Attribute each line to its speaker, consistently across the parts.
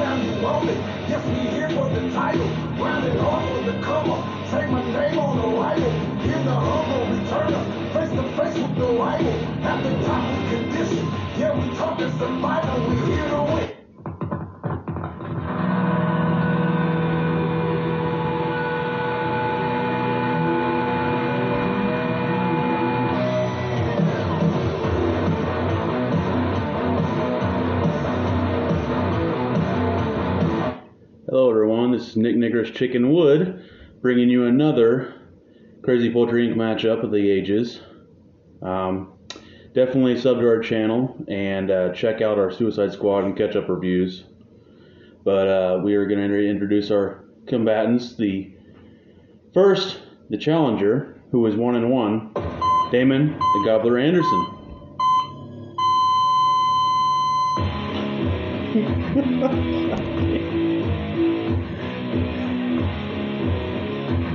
Speaker 1: public. Yes, we here for the title. Grinding hard for the cover. Take my name on the rival. Here's the humble returner. Face to face with the rival. At the top of condition. Yeah, we talking survival. We here to win.
Speaker 2: Hello, everyone. This is Nick Nickerish Chicken Wood bringing you another Crazy Poultry Inc. matchup of the ages. Um, definitely sub to our channel and uh, check out our Suicide Squad and catch up reviews. But uh, we are going to introduce our combatants. The first, the challenger, who is one and one, Damon the Gobbler Anderson.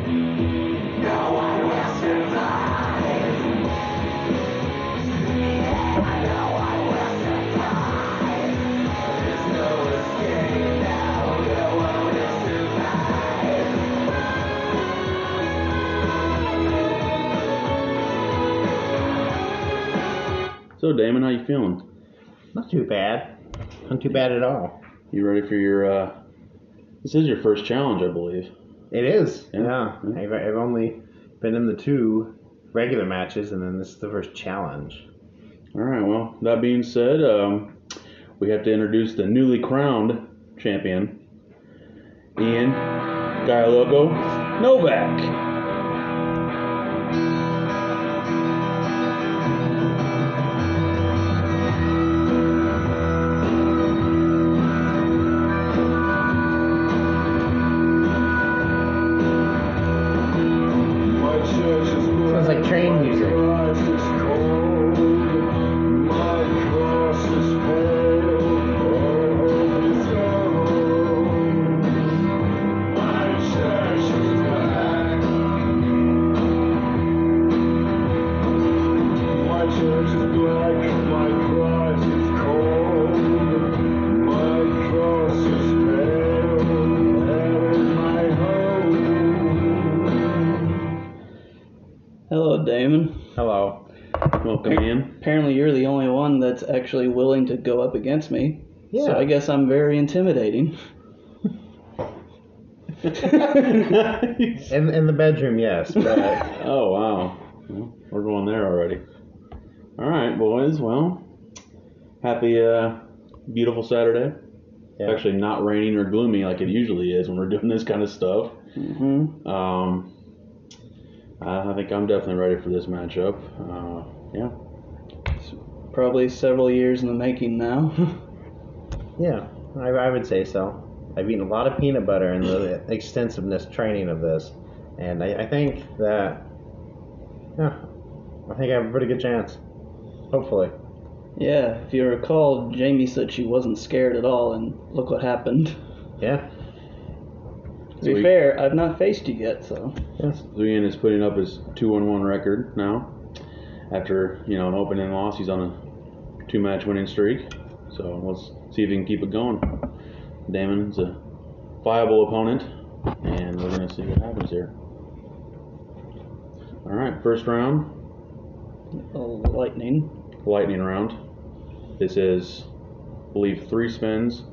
Speaker 1: Now I will survive. Now I will survive. There's no escape now. No one will survive.
Speaker 2: So, Damon, how you feeling?
Speaker 3: Not too bad. Not too bad at all.
Speaker 2: You ready for your? Uh, this is your first challenge, I believe.
Speaker 3: It is.
Speaker 2: Yeah.
Speaker 3: Yeah.
Speaker 2: Yeah.
Speaker 3: I've, I've only been in the two regular matches, and then this is the first challenge.
Speaker 2: All right. Well, that being said, um, we have to introduce the newly crowned champion, Ian Gailoco Novak.
Speaker 1: Sounds
Speaker 3: like train music.
Speaker 1: My cross is cold, my cross is pale, there is my hope.
Speaker 4: Hello, Damon.
Speaker 3: Hello.
Speaker 2: Welcome, Ian.
Speaker 4: Apparently, you're the only one that's actually willing to go up against me.
Speaker 3: Yeah.
Speaker 4: So I guess I'm very intimidating.
Speaker 3: In in the bedroom, yes. But
Speaker 2: Oh wow, well, we're going there already. All right, boys. Well, happy uh, beautiful Saturday.
Speaker 3: yeah.
Speaker 2: It's actually not raining or gloomy like it usually is when we're doing this kind of stuff.
Speaker 4: hmm
Speaker 2: Um, I I think I'm definitely ready for this matchup. Uh, yeah.
Speaker 4: Probably several years in the making now.
Speaker 3: yeah, I, I would say so. I've eaten a lot of peanut butter in the extensiveness training of this, and I, I think that, yeah, I think I have a pretty good chance. Hopefully.
Speaker 4: yeah, if you recall, Jamie said she wasn't scared at all, and look what happened.
Speaker 3: Yeah.
Speaker 4: To
Speaker 2: Sweet.
Speaker 4: be fair, I've not faced you yet, so.
Speaker 3: Yes.
Speaker 2: Zuyan is putting up his 2-1-1 record now. After you know an opening loss, he's on a two-match winning streak. So let's see if he can keep it going. Damon's a viable opponent, and we're gonna see what happens here. All right, first round,
Speaker 4: Oh, lightning.
Speaker 2: lightning round. This is, I believe, three spins.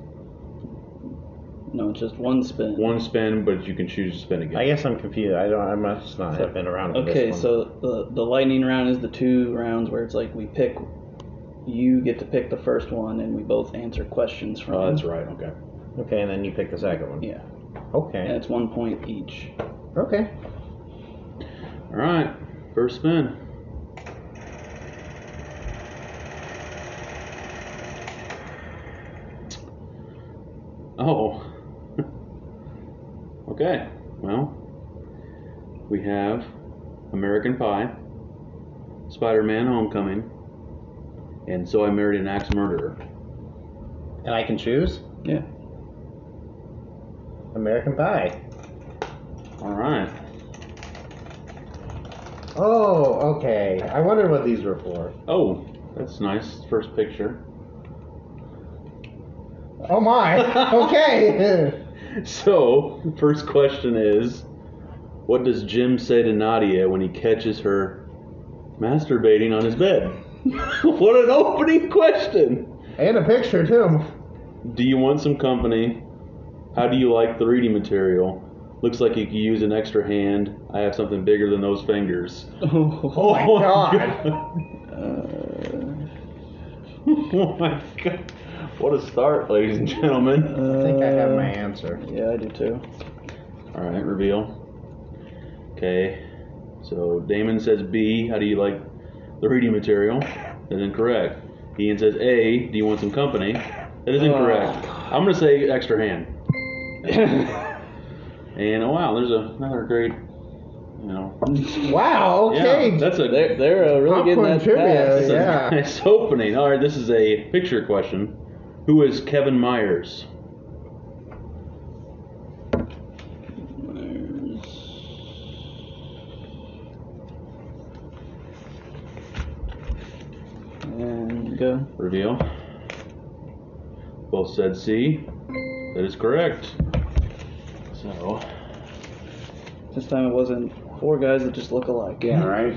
Speaker 4: No, it's just one spin.
Speaker 2: One spin, but you can choose to spin again.
Speaker 3: I guess I'm confused. I don't. I must not have been around. For
Speaker 4: Okay,
Speaker 3: this one.
Speaker 4: so the the lightning round is the two rounds where it's like we pick, you get to pick the first one, and we both answer questions from.
Speaker 2: oh, that's right. Okay.
Speaker 3: Okay, and then you pick the second one.
Speaker 4: Yeah, and
Speaker 3: Okay.
Speaker 4: it's one point each.
Speaker 3: Okay.
Speaker 2: All right, first spin. Oh. okay. Well, we have American Pie, Spider-Man: Homecoming, and So I Married an Axe Murderer.
Speaker 3: And I can choose
Speaker 4: Yeah,
Speaker 3: American Pie.
Speaker 2: All right.
Speaker 3: Oh, okay. I wondered what these were for.
Speaker 2: Oh, that's nice. First picture.
Speaker 4: I
Speaker 3: Oh my. Okay.
Speaker 2: So, first question is What does Jim say to Nadia when he catches her masturbating on his bed? what an opening question!
Speaker 3: and a picture too.
Speaker 2: Do you want some company? How do you like the reading material? Looks like you could use an extra hand. I have something bigger than those fingers.
Speaker 4: Oh,
Speaker 3: my God.
Speaker 4: Uh,
Speaker 2: oh my god. What a start, ladies and gentlemen.
Speaker 3: I think I have my answer.
Speaker 4: Yeah, I do too.
Speaker 2: Alright, reveal. Okay. So Damon says B, how do you like the reading material? That's incorrect. Ian says A, do you want some company? That is incorrect.
Speaker 4: Oh.
Speaker 2: I'm gonna say extra hand. and oh wow, there's a, another great you know
Speaker 3: Wow. Okay.
Speaker 2: Yeah, that's a
Speaker 4: They're they're uh, really getting
Speaker 3: Popcorn
Speaker 4: that
Speaker 3: trivia.
Speaker 4: pass.
Speaker 2: That's a
Speaker 3: Yeah.
Speaker 2: nice opening. All right, this is a picture question. Who is Kevin Myers?
Speaker 4: And go.
Speaker 2: Reveal. Both said C. That is correct. So,
Speaker 4: This time it wasn't four guys that just look alike.
Speaker 3: Yeah. Right.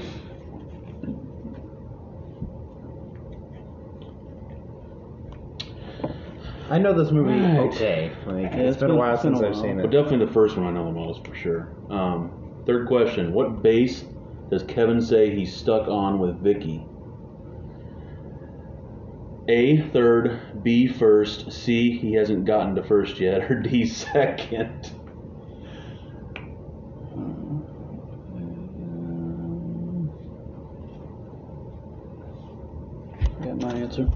Speaker 3: I know this movie
Speaker 2: Right.
Speaker 3: okay. Like,
Speaker 4: Yeah,
Speaker 3: it's been, a while since
Speaker 4: a
Speaker 3: I've
Speaker 4: while.
Speaker 3: seen
Speaker 2: but
Speaker 3: it.
Speaker 2: definitely the first one I know the most for sure. Um, third question: What base does Kevin say he's stuck on with Vicky? A third, B first, C he hasn't gotten to first yet, or D second.
Speaker 4: Got my answer.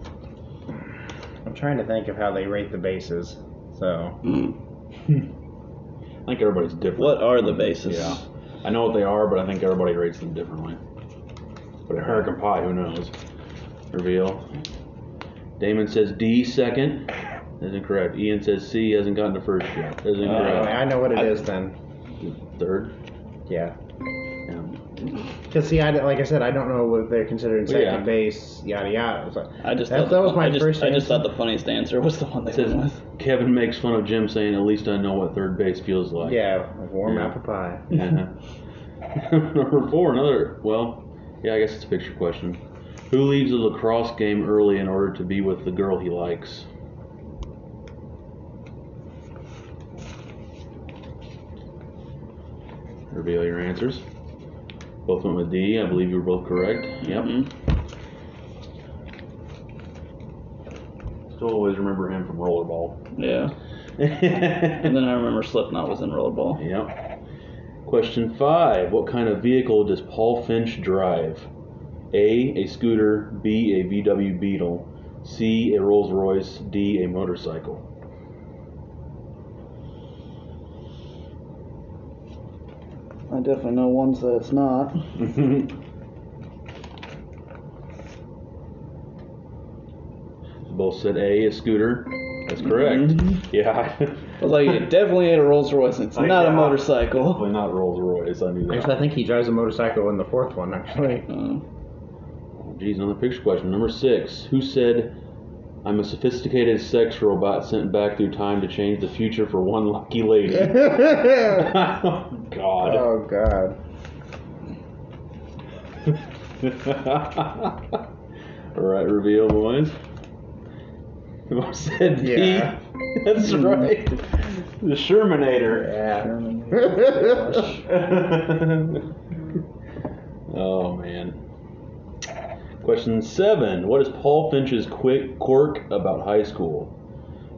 Speaker 3: I'm trying to think of how they rate the bases. So
Speaker 2: I think everybody's different.
Speaker 4: What are the bases?
Speaker 2: Yeah. I know what they are, but I think everybody rates them differently. But American Pie, who knows? Reveal. Damon says D second. That's incorrect. Ian says C hasn't gotten to first yet. That's
Speaker 4: Uh,
Speaker 3: anyway,
Speaker 2: incorrect.
Speaker 3: I know what it
Speaker 2: I-
Speaker 3: is then.
Speaker 2: Third.
Speaker 3: Yeah.
Speaker 2: Yeah.
Speaker 3: Because see, I don't- like I said, I don't know what they're considering
Speaker 2: Well,
Speaker 3: second
Speaker 2: yeah.
Speaker 3: base, yada yada. So
Speaker 4: I just
Speaker 3: That-
Speaker 4: thought
Speaker 3: that was my
Speaker 4: I just,
Speaker 3: first
Speaker 4: I just
Speaker 3: answer.
Speaker 4: thought the funniest answer was the one they
Speaker 2: It
Speaker 4: went
Speaker 2: says
Speaker 4: with.
Speaker 2: Kevin makes fun of Jim saying, "At least I know what third base feels like."
Speaker 3: yeah, like warm
Speaker 2: Yeah.
Speaker 3: apple pie.
Speaker 2: Yeah. Number four, another. Well, yeah, I guess it's a picture question. Who leaves the lacrosse game early in order to be with the girl he likes? Reveal your answers. Both went with D. I believe you were both correct. Yep.
Speaker 4: Mhm.
Speaker 2: Still always remember him from Rollerball.
Speaker 4: Yeah. And then I remember Slipknot was in Rollerball.
Speaker 2: Yep. Question five. What kind of vehicle does Paul Finch drive? A. A scooter. B. A VW Beetle. C. A Rolls Royce. D. A motorcycle.
Speaker 4: I definitely know ones that it's not.
Speaker 2: Both said A. A scooter. That's correct. Yeah.
Speaker 4: I was like, it definitely ain't a Rolls Royce. It's
Speaker 2: Like,
Speaker 4: not a
Speaker 2: yeah.
Speaker 4: motorcycle.
Speaker 2: Probably not Rolls Royce. I knew
Speaker 3: Actually, I
Speaker 2: that.
Speaker 3: think he drives a motorcycle in the fourth one. Actually,
Speaker 4: Uh,
Speaker 2: Geez, another picture question. Number six. Who said, I'm a sophisticated sex robot sent back through time to change the future for one lucky lady?
Speaker 3: oh
Speaker 2: oh, God.
Speaker 3: god.
Speaker 2: All right, reveal, boys. You all said B.
Speaker 3: Yeah.
Speaker 2: That's right. The Shermanator.
Speaker 3: Yeah.
Speaker 2: oh, man. Question seven. What is Paul Finch's quick quirk about high school?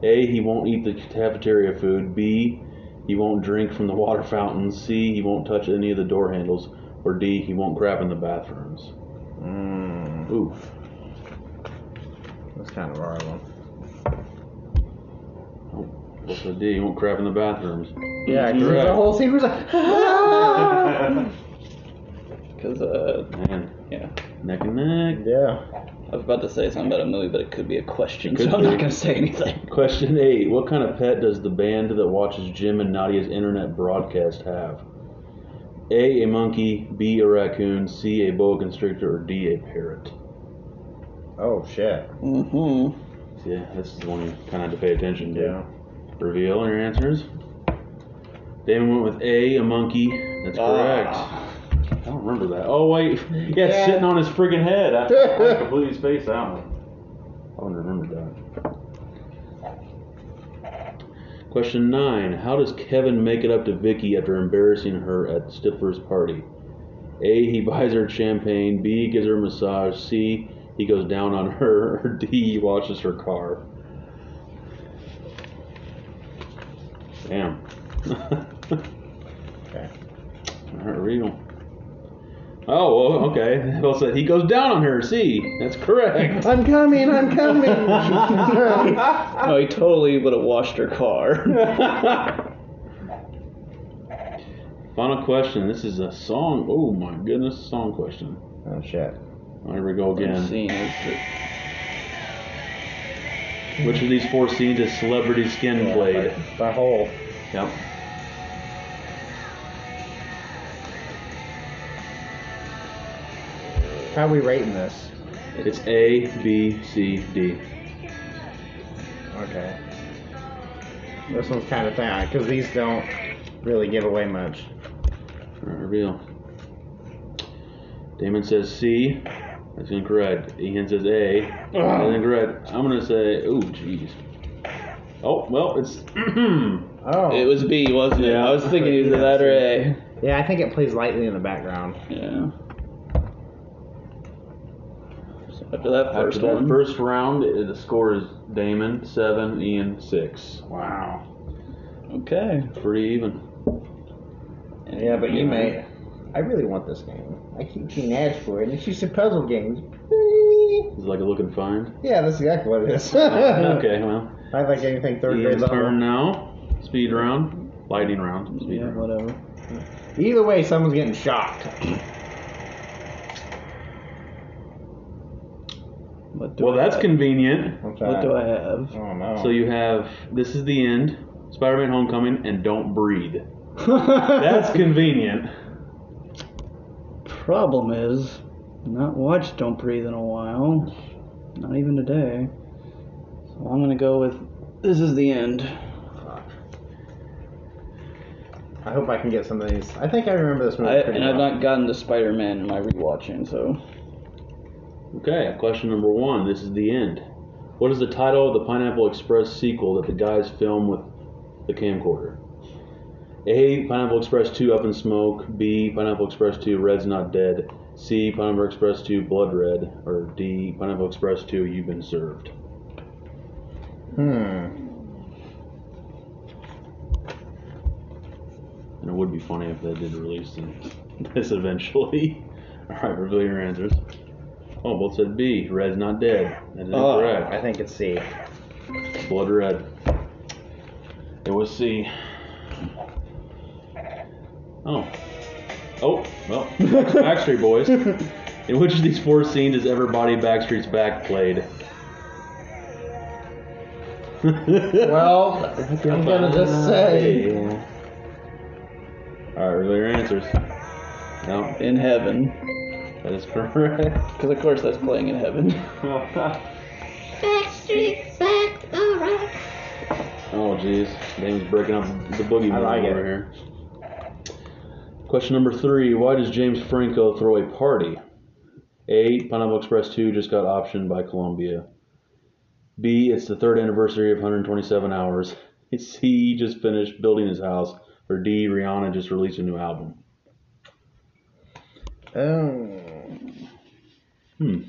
Speaker 2: A. He won't eat the cafeteria food. B. He won't drink from the water fountain. C. He won't touch any of the door handles. Or D. He won't crap in the bathrooms.
Speaker 3: Mm,
Speaker 2: Ooh.
Speaker 3: that's kind of a hard one.
Speaker 2: What's the D? He won't crap in the bathrooms.
Speaker 3: Yeah, because
Speaker 2: Correct.
Speaker 3: the whole scene was like, ah!
Speaker 4: Cause uh,
Speaker 2: Man,
Speaker 4: yeah,
Speaker 2: neck and neck.
Speaker 3: yeah.
Speaker 4: I was about to say something about a movie, but it could be a question,
Speaker 2: Could
Speaker 4: so I'm
Speaker 2: be.
Speaker 4: not gonna say anything.
Speaker 2: Question eight: What kind of pet does the band that watches Jim and Nadia's internet broadcast have? A. A monkey. B. A raccoon. C. A boa constrictor. Or D. A parrot.
Speaker 3: Oh shit.
Speaker 4: Mm-hmm.
Speaker 2: Yeah, this is the one you kind of have to pay attention to.
Speaker 3: Yeah.
Speaker 2: Reveal your answers. Damon went with A, a monkey. That's
Speaker 3: Ah.
Speaker 2: correct. I don't remember that. Oh wait, yeah, it's
Speaker 3: Yeah.
Speaker 2: sitting on his friggin' head. I, I completely spaced out. I wouldn't remember that. Question nine: How does Kevin make it up to Vicky after embarrassing her at Stifler's party? A. He buys her champagne. B. Gives her a massage. C. He goes down on her. Or D. He washes her car. Damn.
Speaker 3: Okay.
Speaker 2: All right, real. Oh, well, okay. Bill said he goes down on her. See, that's correct.
Speaker 3: I'm coming. I'm coming.
Speaker 4: Oh, he totally would have washed her car.
Speaker 2: Final question. This is a song. Oh my goodness, song question.
Speaker 3: oh shit.
Speaker 2: Oh, here we go
Speaker 4: I've
Speaker 2: again.
Speaker 4: seen it.
Speaker 2: Which of these four scenes is celebrity skin played?
Speaker 3: The hole.
Speaker 2: Yep.
Speaker 3: How are we rating this?
Speaker 2: It's A, B, C, D.
Speaker 3: Okay. This one's kind of bad because these don't really give away much.
Speaker 2: All right, reveal. Damon says C. That's incorrect. Ian says A. That's incorrect. I'm gonna say. Oh, jeez. Oh, well, it's.
Speaker 3: Oh.
Speaker 4: It was B, wasn't it?
Speaker 2: Yeah.
Speaker 4: I was thinking either that or A.
Speaker 3: yeah, I think it plays lightly in the background.
Speaker 4: Yeah. So after that
Speaker 2: After
Speaker 4: first
Speaker 2: that
Speaker 4: one,
Speaker 2: first round, uh, the score is Damon seven, Ian six.
Speaker 3: Wow.
Speaker 4: okay.
Speaker 2: Pretty even.
Speaker 3: Yeah, but you may. I really want this game. I keep seeing ads for it, and it's just a puzzle game.
Speaker 2: It's like a look and find.
Speaker 3: Yeah, that's exactly what it is.
Speaker 2: Okay, well,
Speaker 3: I like anything third grade
Speaker 2: Ian's
Speaker 3: level.
Speaker 2: turn now. Speed round, lightning round, speed
Speaker 4: Yeah,
Speaker 2: round.
Speaker 4: whatever.
Speaker 3: Either way, someone's getting shocked.
Speaker 4: What do
Speaker 2: Well,
Speaker 4: I
Speaker 2: that's
Speaker 4: have?
Speaker 2: convenient.
Speaker 4: What do I have?
Speaker 3: Oh no.
Speaker 2: So you have this is the end, Spider-Man: Homecoming, and Don't Breathe. That's convenient. Oh.
Speaker 4: Problem is, not watched Don't Breathe in a while. Not even today. So I'm gonna go with This Is the End.
Speaker 3: I hope I can get some of these. I think I remember this movie.
Speaker 4: I,
Speaker 3: pretty
Speaker 4: and I've
Speaker 3: well.
Speaker 4: not gotten to Spider Man in my rewatching, so.
Speaker 2: Okay, question number one. This is the end. What is the title of the Pineapple Express sequel that the guys film with the camcorder? A. Pineapple Express 2 Up in Smoke. B. Pineapple Express 2 Red's Not Dead. C. Pineapple Express 2 Blood Red. Or D. Pineapple Express 2 You've Been Served.
Speaker 3: Hmm.
Speaker 2: And it would be funny if they did release them- this eventually. Alright, reveal your answers. Oh, both said B. Red's Not Dead. That is
Speaker 3: Oh,
Speaker 2: correct.
Speaker 3: I think it's C.
Speaker 2: Blood red. It was C. Oh. Oh, well. Backstreet Boys. In which of these four scenes is Everybody Backstreet's Back played?
Speaker 3: Well, I'm gonna
Speaker 4: Uh,
Speaker 3: just say.
Speaker 2: Alright, reveal your answers. No,
Speaker 4: In Heaven.
Speaker 2: that is correct.
Speaker 4: Because, of course, that's playing in heaven.
Speaker 5: Back streets back, alright.
Speaker 2: Oh jeez, Damon's breaking up the boogie
Speaker 3: I like
Speaker 2: over
Speaker 3: it.
Speaker 2: here. Question number three: Why does James Franco throw a party? A. Pineapple Express Two just got optioned by Columbia. B. It's the third anniversary of 127 Hours. C. Just finished building his house. Or D. Rihanna just released a new album.
Speaker 3: Oh.
Speaker 2: Hmm.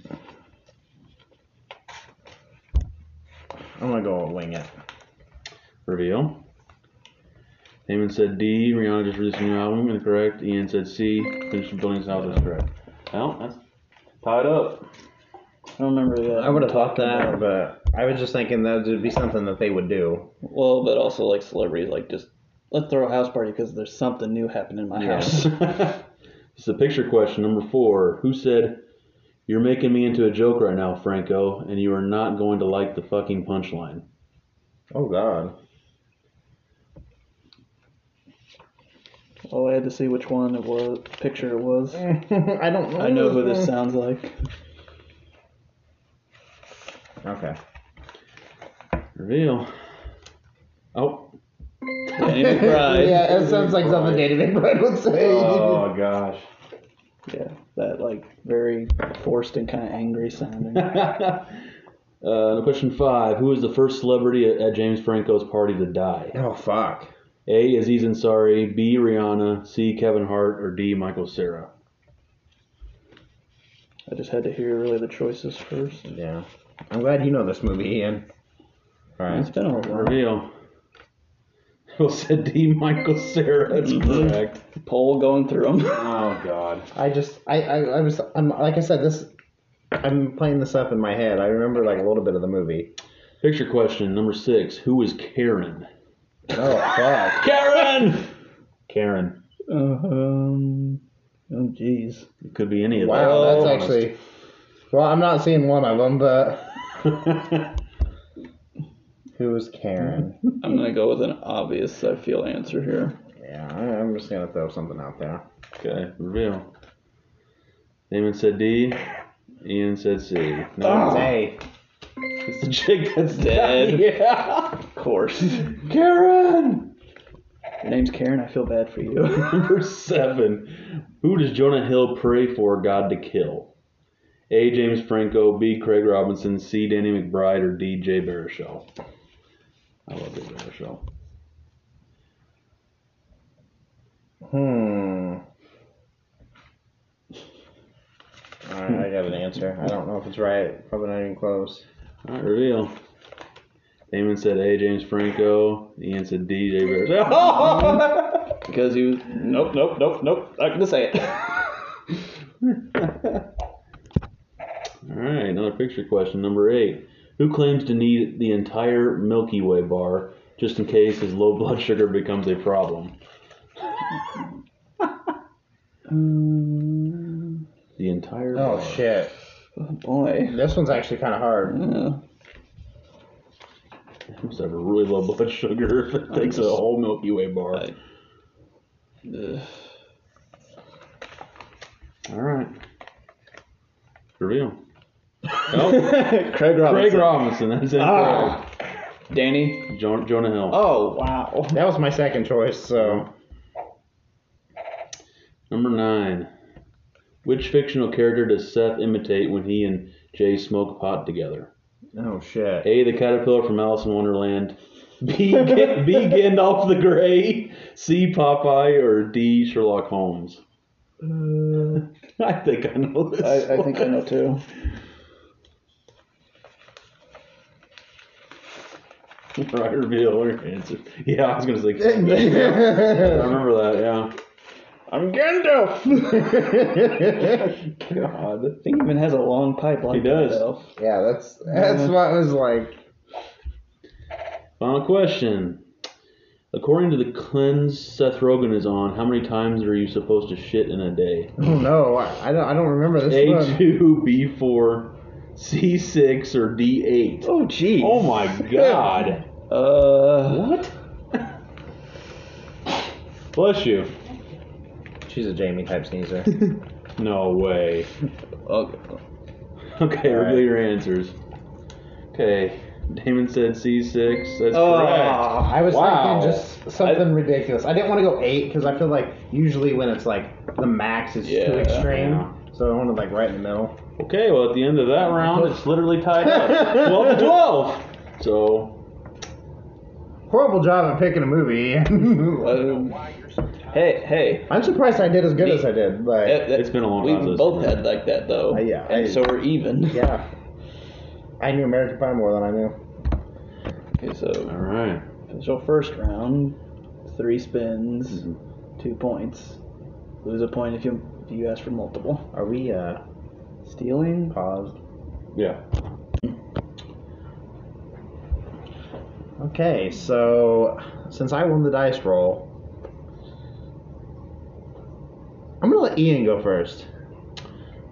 Speaker 3: I'm gonna go wing it.
Speaker 2: Reveal. Damon said D. Rihanna just released a new album. Incorrect. Ian said C. Finished building his house. That's correct. Well, that's tied up.
Speaker 4: I don't remember that.
Speaker 3: I would have thought that, but I was just thinking that would be something that they would do.
Speaker 4: Well, but also, like, celebrities, like, just let's throw a house party because there's something new happening in my house.
Speaker 2: It's the picture question number four. Who said, "You're making me into a joke right now, Franco, and you are not going to like the fucking punchline"?
Speaker 3: Oh God.
Speaker 4: Oh, I had to see which one it was, picture it was.
Speaker 3: I don't.
Speaker 4: I know who this sounds like.
Speaker 3: Okay.
Speaker 2: Reveal. Oh. Danny McBride.
Speaker 3: yeah, that sounds like something Danny McBride would say.
Speaker 2: Oh gosh.
Speaker 4: Yeah, that like very forced and kind of angry sounding.
Speaker 2: uh, now question five: Who is the first celebrity at, at James Franco's party to die?
Speaker 3: Oh, fuck.
Speaker 2: A. Aziz Ansari. B. Rihanna. C. Kevin Hart. Or D. Michael Cera.
Speaker 4: I just had to hear really the choices first.
Speaker 3: Yeah. I'm glad you know this movie, Ian. All
Speaker 4: It's
Speaker 3: right.
Speaker 4: been a while.
Speaker 2: Reveal. Well, said D. Michael Cera. That's correct.
Speaker 4: Poll going through them.
Speaker 2: Oh God.
Speaker 3: I just, I, I, I was, I'm, like I said, this, I'm playing this up in my head. I remember like a little bit of the movie.
Speaker 2: Picture question number six: Who is Karen?
Speaker 3: Oh, fuck.
Speaker 2: Karen. Karen.
Speaker 4: um, oh jeez.
Speaker 2: It could be any of them.
Speaker 3: Wow, that's actually, well, I'm not seeing one of them, but who is Karen?
Speaker 4: I'm gonna go with an obvious I feel answer here.
Speaker 3: yeah, I- I'm just going to throw something out there.
Speaker 2: Okay, reveal. Damon said D. Ian said C. No,
Speaker 4: Oh.
Speaker 3: Hey.
Speaker 2: it's the chick that's dead.
Speaker 3: Yeah.
Speaker 4: Of course. Your
Speaker 2: Karen!
Speaker 4: name's Karen. I feel bad for you.
Speaker 2: Number seven. Who does Jonah Hill pray for God to kill? A. James Franco, B. Craig Robinson, C. Danny McBride, or D. Jay Baruchel. I love Jay Baruchel.
Speaker 3: Hmm. All right, I got an answer. I don't know if it's right. Probably not even close.
Speaker 2: All right, reveal. Damon said A. James Franco. Ian said D. Jay Baruchel.
Speaker 4: because you. Nope. Nope. Nope. Nope. Not gonna say it.
Speaker 2: All right, another picture question. Number eight. Who claims to need the entire Milky Way bar just in case his low blood sugar becomes a problem?
Speaker 4: um,
Speaker 2: The entire.
Speaker 3: Oh
Speaker 2: bar.
Speaker 3: shit!
Speaker 4: oh boy.
Speaker 3: This one's actually kind of hard.
Speaker 4: Yeah.
Speaker 2: I must have a really low blood sugar if it takes a
Speaker 4: just-
Speaker 2: whole Milky Way bar.
Speaker 4: I- Ugh.
Speaker 2: All right. Reveal. Nope.
Speaker 4: Craig Robinson.
Speaker 2: Craig Robinson. That's incorrect.
Speaker 4: Ah. Danny.
Speaker 2: Jo- Jonah Hill.
Speaker 4: Oh wow.
Speaker 3: That was my second choice. So
Speaker 2: Number nine. Which fictional character does Seth imitate when he and Jay smoke pot together?
Speaker 3: oh shit!
Speaker 2: A. The caterpillar from Alice in Wonderland. B. Ga- B. Gandalf the Grey. C. Popeye or D. Sherlock Holmes. I think I know this.
Speaker 4: Uh. I, I
Speaker 2: one.
Speaker 4: think I know too.
Speaker 2: Right, reveal your answer. Yeah, I was gonna say. I remember that. Yeah.
Speaker 4: I'm Gandalf.
Speaker 3: yeah,
Speaker 4: God, that thing even has a long pipe like
Speaker 2: He does.
Speaker 4: Gandalf.
Speaker 3: that's that's what it was like.
Speaker 2: Final question. According to the cleanse Seth Rogen is on, how many times are you supposed to shit in a day?
Speaker 3: Oh no, I, I don't I don't remember this
Speaker 2: A
Speaker 3: one.
Speaker 2: two, B four, C six, or D eight.
Speaker 4: Oh geez.
Speaker 2: Oh my god.
Speaker 4: Uh,
Speaker 2: What? Bless you.
Speaker 3: She's a Jamie type sneezer.
Speaker 2: No way.
Speaker 4: Uh, okay.
Speaker 2: Okay,
Speaker 3: All right.
Speaker 2: reveal your answers. Okay, Damon said C6. That's
Speaker 3: Ah.
Speaker 2: correct.
Speaker 4: Oh,
Speaker 3: I was
Speaker 2: Wow.
Speaker 3: thinking just something ridiculous. I didn't want to go eight because I feel like usually when it's like the max is too
Speaker 4: Yeah.
Speaker 3: extreme,
Speaker 2: Yeah.
Speaker 3: so I wanted like right in the middle.
Speaker 2: Okay, well, at the end of that round, it's literally tied up 12 to 12. So,
Speaker 3: Horrible job at picking a movie.
Speaker 4: Um, hey, hey.
Speaker 3: I'm surprised I did as good as I did, but
Speaker 4: That- that-
Speaker 2: It's been a long
Speaker 4: we
Speaker 2: time since-
Speaker 4: both had like that though.
Speaker 3: Uh, yeah, I-
Speaker 4: And so we're even.
Speaker 3: yeah, I knew American Pie more than I knew.
Speaker 4: Okay, so
Speaker 2: alright.
Speaker 4: so first round, three spins,
Speaker 2: Mm-hmm.
Speaker 4: two points. Lose a point if you if you ask for multiple.
Speaker 3: Are we uh
Speaker 4: Stealing.
Speaker 3: paused?
Speaker 2: Yeah.
Speaker 3: Okay, so since I won the dice roll, I'm gonna let Ian go first.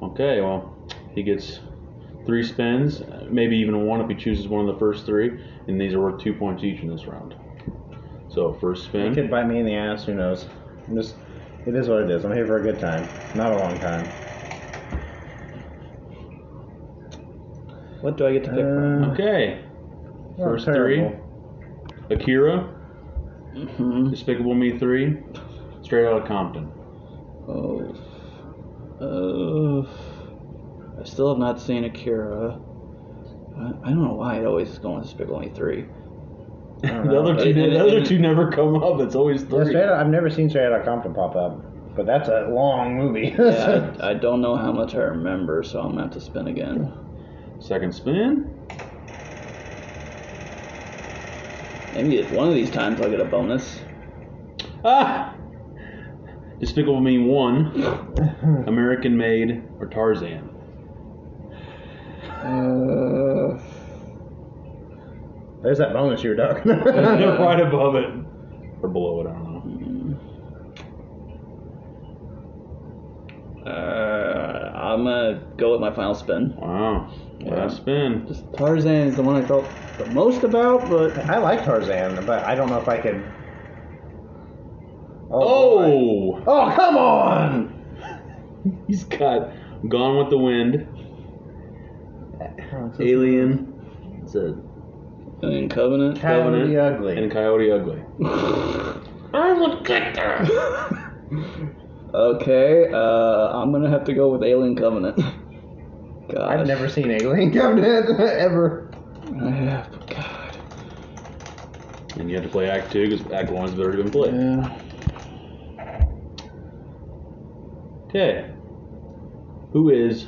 Speaker 2: Okay, well, he gets three spins, maybe even one if he chooses one of the first three, and these are worth two points each in this round. So, first
Speaker 3: It
Speaker 2: spin.
Speaker 3: could bite me in the ass. Who knows? I'm just. It is what it is. I'm here for a good time, not a long time.
Speaker 4: What do I get to pick from?
Speaker 3: Uh,
Speaker 2: Okay. First
Speaker 3: terrible.
Speaker 2: three Akira,
Speaker 4: Mm-hmm.
Speaker 2: Despicable Me 3, Straight Outta Compton.
Speaker 4: Oh. Uh, I still have not seen Akira. I, I don't know why it always is going to Despicable Me 3.
Speaker 3: I don't
Speaker 2: The
Speaker 3: know.
Speaker 2: other two,
Speaker 4: And-
Speaker 2: the
Speaker 4: and-
Speaker 2: other
Speaker 4: and-
Speaker 2: two never come up. It's always
Speaker 3: Yeah,
Speaker 2: three.
Speaker 3: straight out, I've never seen Straight Outta Compton pop up, but that's a long movie.
Speaker 4: Yeah, I, I don't know how much I remember, so I'm going to have to spin again.
Speaker 2: Second spin.
Speaker 4: Maybe if one of these times I'll get a bonus.
Speaker 2: Ah! Despicable Me 1, American Made, or Tarzan.
Speaker 4: Uh,
Speaker 3: There's that bonus you were talking.
Speaker 2: They're right above it. Or below it, I don't know.
Speaker 4: uh, I'm going to go with my final spin.
Speaker 2: Wow. Last spin.
Speaker 4: Just Tarzan is the one I felt the most about, but
Speaker 3: I like Tarzan, but I don't know if I could. Oh, boy.
Speaker 2: Oh!
Speaker 3: Oh come on!
Speaker 2: He's got Gone with the Wind, Oh, Alien, it's a-
Speaker 4: in Covenant.
Speaker 3: Coyote
Speaker 2: Covenant
Speaker 3: Ugly.
Speaker 2: and Coyote Ugly.
Speaker 4: Okay, uh, I'm gonna have to go with Alien Covenant. God,
Speaker 3: I've never seen Alien Covenant ever.
Speaker 4: I have, God.
Speaker 2: And you have to play Act 2 because Act 1 is better than play.
Speaker 4: Yeah.
Speaker 2: Okay. Who is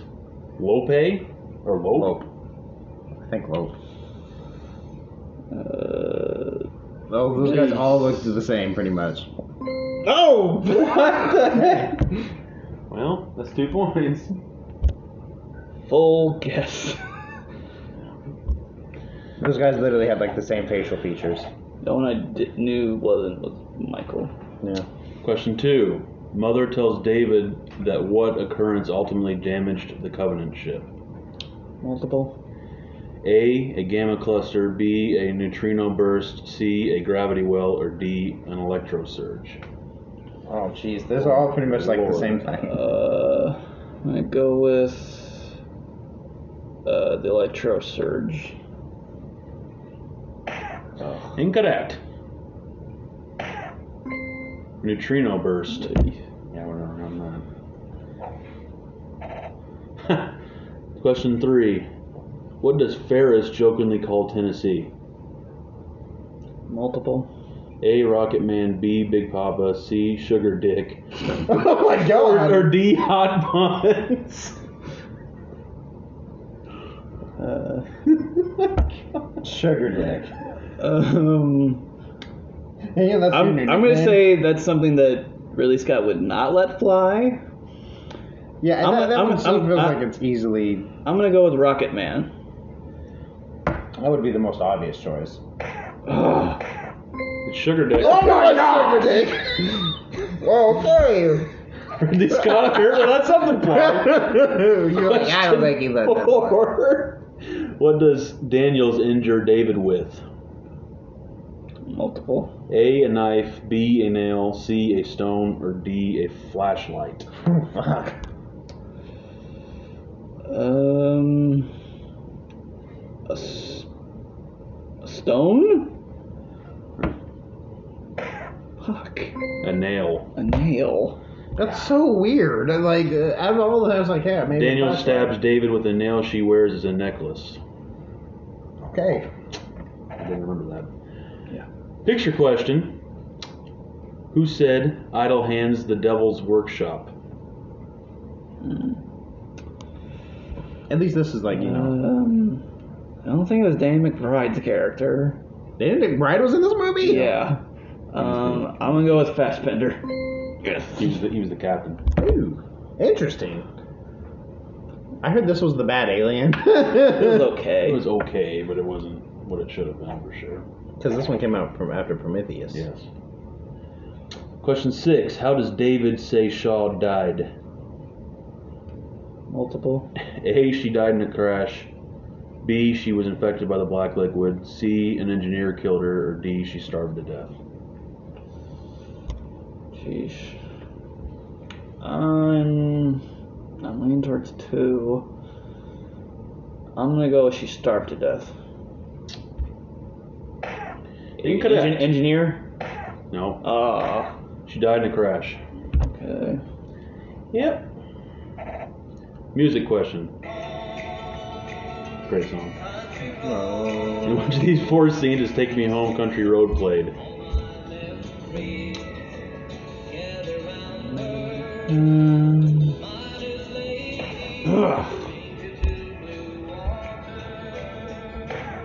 Speaker 2: Lope or Lope?
Speaker 3: I think Lope.
Speaker 4: Uh,
Speaker 3: Oh, those guys all look the same, pretty much.
Speaker 2: Oh! What the heck? Well, that's two points.
Speaker 4: full guess.
Speaker 3: Those guys literally had like the same facial features.
Speaker 4: the one I di- knew wasn't was Michael.
Speaker 3: Yeah.
Speaker 2: Question two. Mother tells David that what occurrence ultimately damaged the Covenant ship?
Speaker 4: Multiple.
Speaker 2: A. A gamma cluster. B. A neutrino burst. C. A gravity well. Or D. An electro surge.
Speaker 3: Oh, jeez. Those are all pretty much like the same thing.
Speaker 4: Uh, I'm gonna go with uh, the Electro Surge.
Speaker 2: Uh, Incorrect. Neutrino burst. Yeah, we're not on that. Question three. What does Ferris jokingly call Tennessee?
Speaker 4: Multiple.
Speaker 2: A. Rocket Man. B. Big Papa. C. Sugar Dick.
Speaker 3: oh my
Speaker 2: Or, or D. Hot Buns.
Speaker 4: Uh,
Speaker 3: Sugar dick.
Speaker 4: um.
Speaker 3: Yeah, that's
Speaker 4: I'm,
Speaker 3: your new
Speaker 4: I'm gonna
Speaker 3: nickname.
Speaker 4: say that's something that Ridley Scott would not let fly.
Speaker 3: Yeah,
Speaker 4: I'm-
Speaker 3: that, that
Speaker 4: I'm-
Speaker 3: one still
Speaker 4: I'm-
Speaker 3: feels
Speaker 4: I'm-
Speaker 3: like it's easily.
Speaker 4: I'm gonna go with Rocket Man.
Speaker 3: That would be the most obvious choice.
Speaker 2: It's Sugar Dick.
Speaker 3: my god! Sugar dick. okay.
Speaker 2: Ridley Scott apparently let something fly.
Speaker 3: You're like, I don't think he let that fly.
Speaker 2: Or, what does Daniels injure David with?
Speaker 4: Multiple.
Speaker 2: A. A knife. B. A nail. C. A stone. Or D. A flashlight.
Speaker 3: Fuck.
Speaker 4: Um. A, s- a stone. Fuck.
Speaker 2: A nail.
Speaker 4: A nail.
Speaker 3: That's so weird. And, Like, uh, out of all that, I was like, yeah, maybe.
Speaker 2: Daniel
Speaker 3: that's
Speaker 2: stabs David with a nail she wears as a necklace.
Speaker 3: right. Okay.
Speaker 2: I didn't remember that.
Speaker 4: Yeah.
Speaker 2: Picture question. Who said idle hands the devil's workshop?
Speaker 3: At least this is like, you know.
Speaker 4: Um. I don't think it was Danny McBride's character.
Speaker 3: Danny McBride was in this movie?
Speaker 4: Yeah. Um. I'm gonna go with Fassbender. Yes.
Speaker 2: He was the, he was the captain.
Speaker 3: Ooh, interesting. I heard this was the bad alien.
Speaker 4: It was
Speaker 2: It
Speaker 3: Because
Speaker 4: okay.
Speaker 2: was okay, but it wasn't what it should have been for sure.
Speaker 3: this one came out from after Prometheus.
Speaker 2: Yes. Question six. How does David say Shaw died?
Speaker 4: Multiple.
Speaker 2: A. She died in a crash. B. She was infected by the black liquid. C. An engineer killed her. Or D. She starved to death.
Speaker 4: Sheesh. I'm I'm leaning towards two. I'm gonna go. She starved to death.
Speaker 2: Think of that.
Speaker 4: Engin- engineer.
Speaker 2: No.
Speaker 4: Ah.
Speaker 2: She died in a crash.
Speaker 4: okay.
Speaker 2: Yep. Music question. Great song. And which of these four scenes is Take Me Home Country Road played?
Speaker 4: Um, ugh.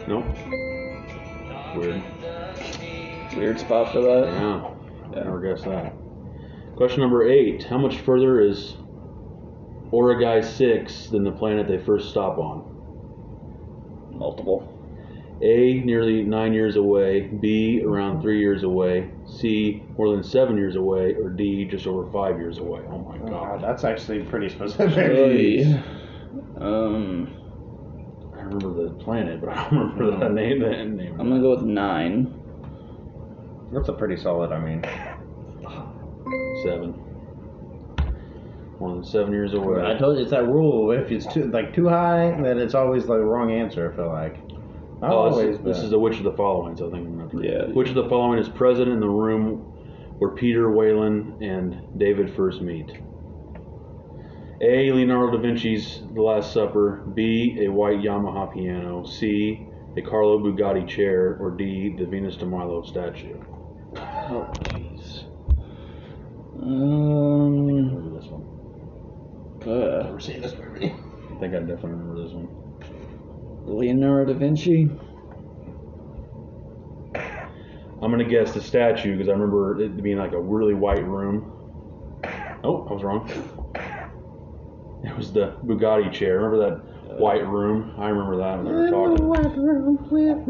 Speaker 2: No. Weird.
Speaker 4: Weird spot for that.
Speaker 2: Yeah. Never guessed that. Question number eight. How much further is Origai 6 than the planet they first stop on?
Speaker 4: Multiple.
Speaker 2: A. Nearly nine years away. B. Around three years away. C. More than seven years away. Or D. Just over five years away. Oh my
Speaker 3: Wow,
Speaker 2: god.
Speaker 3: that's actually pretty specific.
Speaker 4: Oy. Um,
Speaker 2: I remember the planet, but I don't remember the name. The end name.
Speaker 4: I'm gonna go with nine.
Speaker 3: That's a pretty solid. I mean,
Speaker 2: Seven. More than seven years away.
Speaker 3: I told you it's that rule. If it's too like too high, then it's always the wrong answer. I feel like. Not
Speaker 2: Oh, this,
Speaker 3: always.
Speaker 2: is- this
Speaker 3: but-
Speaker 2: is the which of the following, so I think I'm gonna.
Speaker 4: Yeah.
Speaker 2: Which of the following is present in the room where Peter Whalen and David first meet? A. Leonardo da Vinci's The Last Supper. B. A white Yamaha piano. C. A Carlo Bugatti chair. Or D. The Venus de Milo statue.
Speaker 4: Oh, jeez. Um,
Speaker 2: Remember this one?
Speaker 4: uh,
Speaker 3: Never seen this movie.
Speaker 2: I think I definitely remember this one.
Speaker 4: Leonardo da Vinci.
Speaker 2: I'm gonna guess the statue because I remember it being like a really white room. Oh, I was wrong. It was the Bugatti chair. Remember that white room? I remember that when they were talking.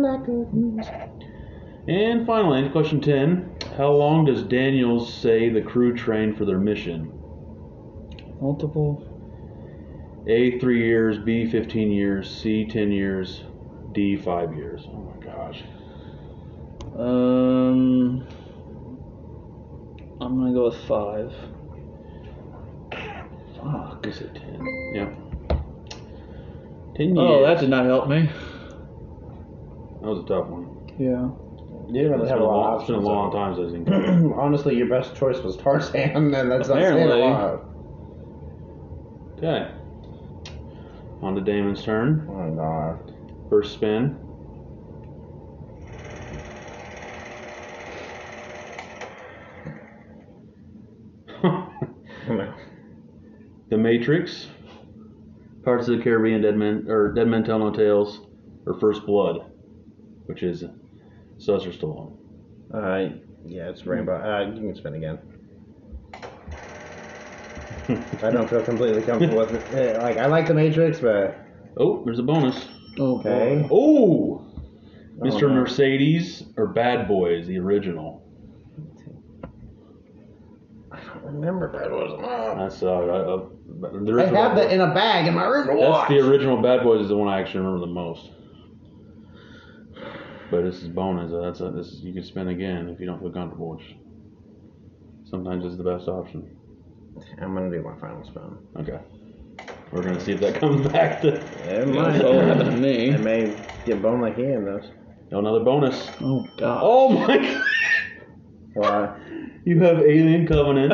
Speaker 2: And finally, question ten: How long does Daniels say the crew trained for their mission?
Speaker 4: Multiple.
Speaker 2: A three years, B fifteen years, C ten years, D five years. Oh my gosh.
Speaker 4: Um, I'm gonna go with five.
Speaker 2: Fuck, is it ten? Yeah. Ten years.
Speaker 4: Oh, that did not help me.
Speaker 2: that was a tough one.
Speaker 4: Yeah.
Speaker 3: You didn't really
Speaker 2: It's
Speaker 3: have
Speaker 2: been
Speaker 3: a
Speaker 2: a
Speaker 3: lot.
Speaker 2: long,
Speaker 3: of
Speaker 2: it's been a
Speaker 3: options,
Speaker 2: long
Speaker 3: so-
Speaker 2: time since I've seen
Speaker 3: Honestly, your best choice was Tarzan, and that's not saying a
Speaker 4: Apparently.
Speaker 3: lot.
Speaker 2: Okay. On to Damon's turn.
Speaker 3: Oh my god.
Speaker 2: First spin. the Matrix. Parts of the Caribbean, Dead Men or Dead Men Tell No Tales, or First Blood, which is Sylvester Stallone.
Speaker 3: Uh, yeah, it's rainbow. Uh, you can spin again. I don't feel completely comfortable with it. Eh, Like I like the Matrix, but
Speaker 2: Oh, there's a bonus.
Speaker 4: Oh, boy.
Speaker 3: okay.
Speaker 2: Oh, Mr.
Speaker 3: no.
Speaker 2: Mercedes or Bad Boys, the original.
Speaker 3: I remember that was. uh,
Speaker 2: That's uh, uh, the
Speaker 3: I
Speaker 2: original.
Speaker 3: have that in a bag in my room. to watch.
Speaker 2: That's the original Bad Boys is the one I actually remember the most. But this is bonus. uh, That's a, this is, you can spin again if you don't feel comfortable, which sometimes is the best option.
Speaker 3: I'm gonna do my final spin.
Speaker 2: Okay, we're gonna see if that comes back to
Speaker 3: It
Speaker 4: That's all that happened to
Speaker 3: It
Speaker 4: me.
Speaker 3: may get bone like he in this.
Speaker 2: Oh, another bonus.
Speaker 4: Oh God.
Speaker 2: Oh my! God.
Speaker 3: Why?
Speaker 2: You have Alien Covenant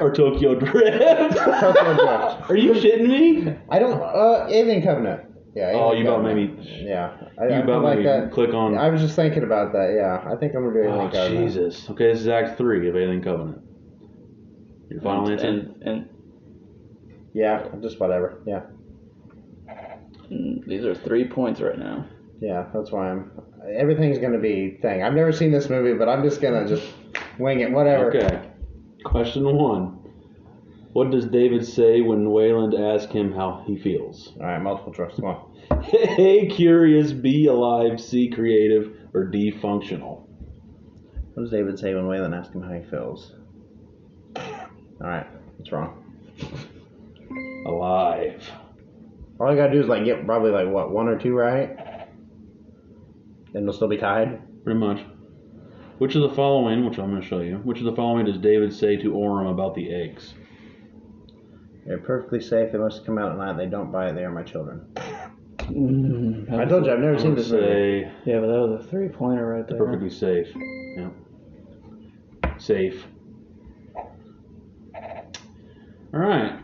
Speaker 2: or Tokyo Drift.
Speaker 3: Tokyo Drift.
Speaker 2: Are you shitting me?
Speaker 3: I don't. Uh, Alien Covenant. Yeah.
Speaker 2: Oh,
Speaker 3: Alien
Speaker 2: you about
Speaker 3: Covenant.
Speaker 2: made me-
Speaker 3: Yeah. I,
Speaker 2: You
Speaker 3: I feel
Speaker 2: about
Speaker 3: like
Speaker 2: me
Speaker 3: that.
Speaker 2: click on.
Speaker 3: I was just thinking about that. Yeah. I think I'm gonna do Alien
Speaker 2: Oh,
Speaker 3: Covenant.
Speaker 2: Jesus. Okay, this is Act 3 of Alien Covenant. Your final
Speaker 4: and,
Speaker 2: answer?
Speaker 4: and, and
Speaker 3: Yeah. Just whatever. Yeah.
Speaker 4: Mm, These are three points right now.
Speaker 3: Yeah. That's why I'm. Everything's gonna be thing. I've never seen this movie, but I'm just gonna just wing it. Whatever.
Speaker 2: Okay. Question 1. What does David say when Wayland asks him how he feels?
Speaker 3: All right. Multiple choice. Come on.
Speaker 2: A. Curious. B. Alive. C. Creative. Or D. Functional.
Speaker 3: What does David say when Waylon asks him how he feels? All right. It's wrong.
Speaker 2: Alive.
Speaker 3: All I gotta do is like get probably like what one or two right, and we'll still be tied.
Speaker 2: Pretty much. Which of the following, which I'm going to show you, which of the following does David say to Orem about the eggs?
Speaker 3: They're perfectly safe. They must come out at night. They don't bite. They are my children.
Speaker 4: Mm, that
Speaker 3: I
Speaker 4: was
Speaker 3: told you I've
Speaker 2: I
Speaker 3: never seen
Speaker 2: would
Speaker 3: this movie.
Speaker 2: say
Speaker 4: a- yeah, but that was a three pointer right there.
Speaker 2: perfectly safe. Yeah. Safe. All right.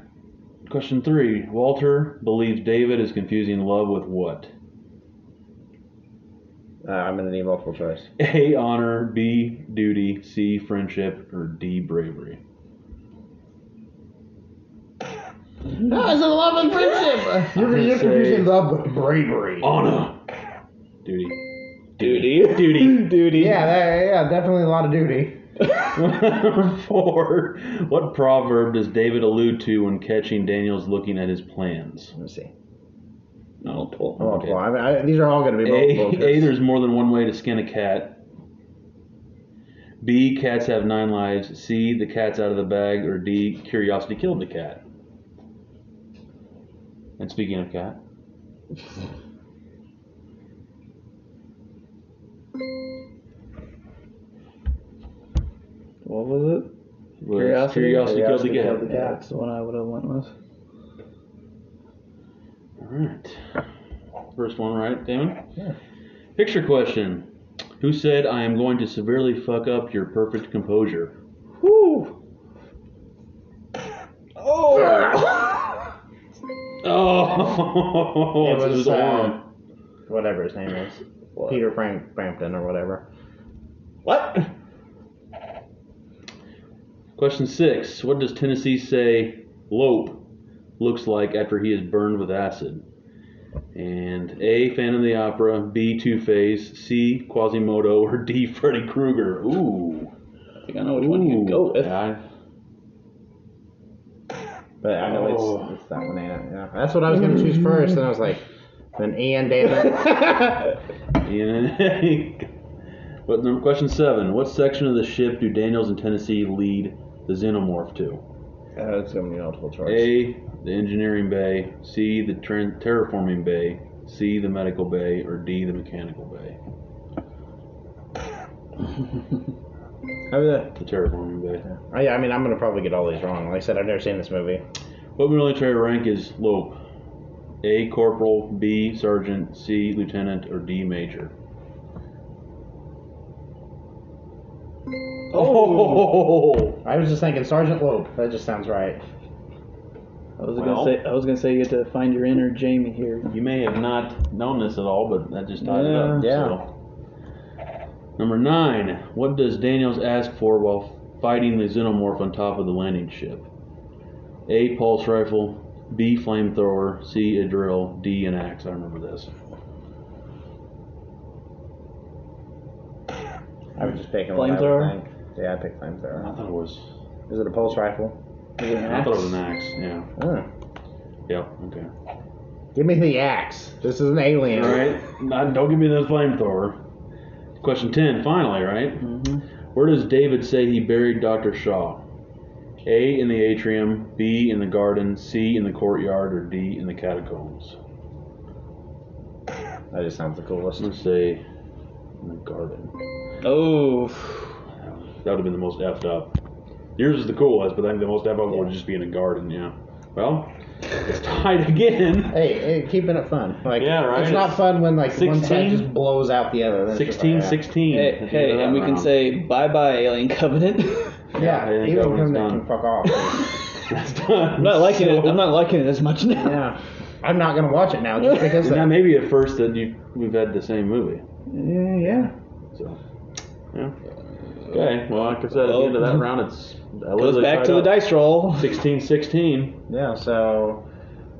Speaker 2: Question three. Walter believes David is confusing love with what?
Speaker 3: Uh, I'm gonna need multiple choice.
Speaker 2: A. Honor. B. Duty. C. Friendship. Or D. Bravery.
Speaker 3: No, it's a love and friendship. You're,
Speaker 2: gonna
Speaker 3: you're
Speaker 2: say-
Speaker 3: confusing love with bravery.
Speaker 2: Honor. Duty. Duty. Duty.
Speaker 4: Duty.
Speaker 3: Yeah, that, yeah, definitely a lot of duty.
Speaker 2: Number four. What proverb does David allude to when catching Daniel's looking at his plans? Oh,
Speaker 3: Let me see.
Speaker 2: Multiple.
Speaker 3: Multiple. I mean, I, these are all gonna be multiple.
Speaker 2: A, A,
Speaker 3: choice.
Speaker 2: there's more than one way to skin a cat. B, cats have nine lives. C, the cat's out of the bag. Or D, curiosity killed the cat. And speaking of cat,
Speaker 4: What was it?
Speaker 2: was
Speaker 4: Curiosity?
Speaker 2: curiosity,
Speaker 3: Curiosity
Speaker 2: killed the
Speaker 3: killed
Speaker 2: cat.
Speaker 3: the Yeah.
Speaker 4: That's the one I would have went with.
Speaker 2: All right. First one right, Damon?
Speaker 3: Yeah.
Speaker 2: Picture question. Who said, I am going to severely fuck up your perfect composure?
Speaker 4: Whew. Oh.
Speaker 2: Oh,
Speaker 3: It
Speaker 2: it's-
Speaker 3: was,
Speaker 2: a
Speaker 3: uh,
Speaker 2: worm.
Speaker 3: whatever his name is, Peter Frank Brampton or whatever.
Speaker 2: What? Question six. What does Tennessee say Lope looks like after he is burned with acid? And A, Fan of the Opera, B, Two Face, C, Quasimodo, or D, Freddy Krueger. Ooh.
Speaker 4: I think I know which one you
Speaker 2: Ooh.
Speaker 4: go with.
Speaker 2: Yeah,
Speaker 3: But I know
Speaker 2: Oh.
Speaker 3: it's, it's that one. Yeah, yeah. That's what I was gonna choose first, and I was like, then Ian David.
Speaker 2: I- yeah. but number, question seven. What section of the ship do Daniels and Tennessee lead the xenomorph to?
Speaker 3: Uh, it's gonna be multiple choice.
Speaker 2: A, the engineering bay. C, the tran terraforming bay. C, the medical bay. Or D, the mechanical bay.
Speaker 3: I mean,
Speaker 2: The terraforming bay.
Speaker 3: I, I mean, I'm gonna probably get all these wrong. Like I said, I've never seen this movie.
Speaker 2: What we really try to rank is Lope. A, corporal. B, sergeant. C, lieutenant. Or D, major. Oh!
Speaker 3: I was just thinking Sergeant Loeb. That just sounds right.
Speaker 4: I was
Speaker 2: Well.
Speaker 4: gonna say I was gonna say you get to find your inner Jamie here.
Speaker 2: You may have not known this at all, but that just tied it up.
Speaker 3: Yeah.
Speaker 2: So. Number nine. What does Daniels ask for while fighting the xenomorph on top of the landing ship? A. Pulse rifle. B. Flamethrower. C. A drill. D. An axe. I remember this.
Speaker 3: I was just picking one. I would
Speaker 4: Flamethrower?
Speaker 3: think. Yeah, I picked
Speaker 2: I
Speaker 3: flamethrower.
Speaker 2: thought it was.
Speaker 3: Is it a pulse rifle?
Speaker 4: Is it an
Speaker 2: I thought it was an
Speaker 4: axe?
Speaker 2: axe. Yeah.
Speaker 3: Mm.
Speaker 2: Yep. Okay.
Speaker 3: Give me the axe. This is an alien.
Speaker 2: All right. Not, don't give me the flamethrower. Question ten. Finally, right?
Speaker 4: Mhm.
Speaker 2: Where does David say he buried Dr. Shaw? A in the atrium, B in the garden, C in the courtyard, or D in the catacombs?
Speaker 3: That just sounds the coolest.
Speaker 2: I'm gonna say in the garden.
Speaker 4: Oh.
Speaker 2: That would have been the most effed up. Yours is the coolest, but I think the most effed up would just be in a garden, yeah. Well, it's tied again.
Speaker 3: Hey, hey, keeping it fun. Like,
Speaker 2: Yeah, right.
Speaker 3: It's not fun when like one side
Speaker 2: 16?
Speaker 3: just blows out the other. Then it's just
Speaker 2: 16
Speaker 3: like,
Speaker 2: 16.
Speaker 4: Hey, hey, and we can say bye bye alien covenant.
Speaker 3: Yeah,
Speaker 2: Yeah,
Speaker 3: yeah,
Speaker 2: I think
Speaker 3: even
Speaker 2: that one's
Speaker 3: him that
Speaker 2: done.
Speaker 3: can fuck off.
Speaker 2: That's done.
Speaker 4: I'm not liking it. I'm not liking it as much now.
Speaker 3: yeah, I'm not gonna watch it now just because.
Speaker 2: And that
Speaker 3: Of,
Speaker 2: may be at first that you, we've had the same movie.
Speaker 4: Yeah. yeah.
Speaker 2: So, yeah. Okay. Well, like I said, at the end of that round, it's I
Speaker 4: Goes
Speaker 2: literally
Speaker 4: back
Speaker 2: tied
Speaker 4: to the
Speaker 2: up
Speaker 4: dice roll.
Speaker 2: 16-16.
Speaker 3: yeah, so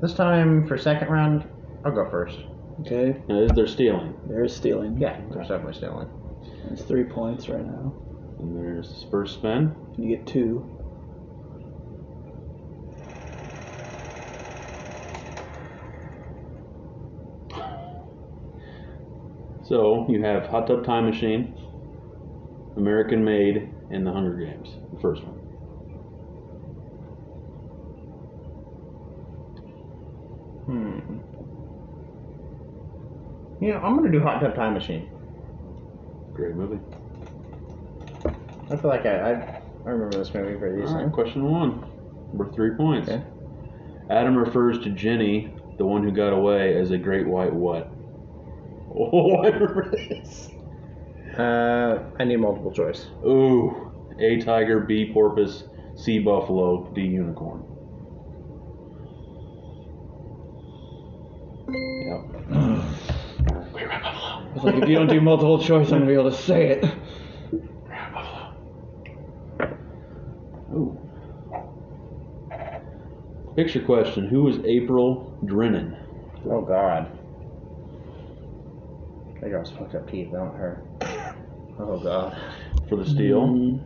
Speaker 3: this time for second round, I'll go first.
Speaker 4: Okay,
Speaker 2: Now, this- they're stealing.
Speaker 4: there's stealing.
Speaker 3: Yeah, there's definitely stealing.
Speaker 4: It's three points right now.
Speaker 2: And there's this first spin.
Speaker 4: And you get two.
Speaker 2: So you have Hot Tub Time Machine, American Made, and The Hunger Games. The first one.
Speaker 3: Hmm. You know, I'm gonna do Hot Tub Time Machine.
Speaker 2: Great movie.
Speaker 3: I feel like I I, I remember this movie pretty
Speaker 2: All
Speaker 3: decently.
Speaker 2: right, question one. We're three points.
Speaker 3: Okay.
Speaker 2: Adam refers to Jenny the one who got away as a great white what? Oh, I remember this.
Speaker 3: Uh, I need multiple choice.
Speaker 2: Ooh, A tiger, B porpoise, C buffalo, D unicorn. Yep.
Speaker 4: It's like if you don't do multiple choice, I'm gonna be able to say it.
Speaker 2: Ooh. Picture question: Who is April Drennan?
Speaker 3: Oh God. That girl's fucked up teeth, don't her. Oh God.
Speaker 2: For the steal.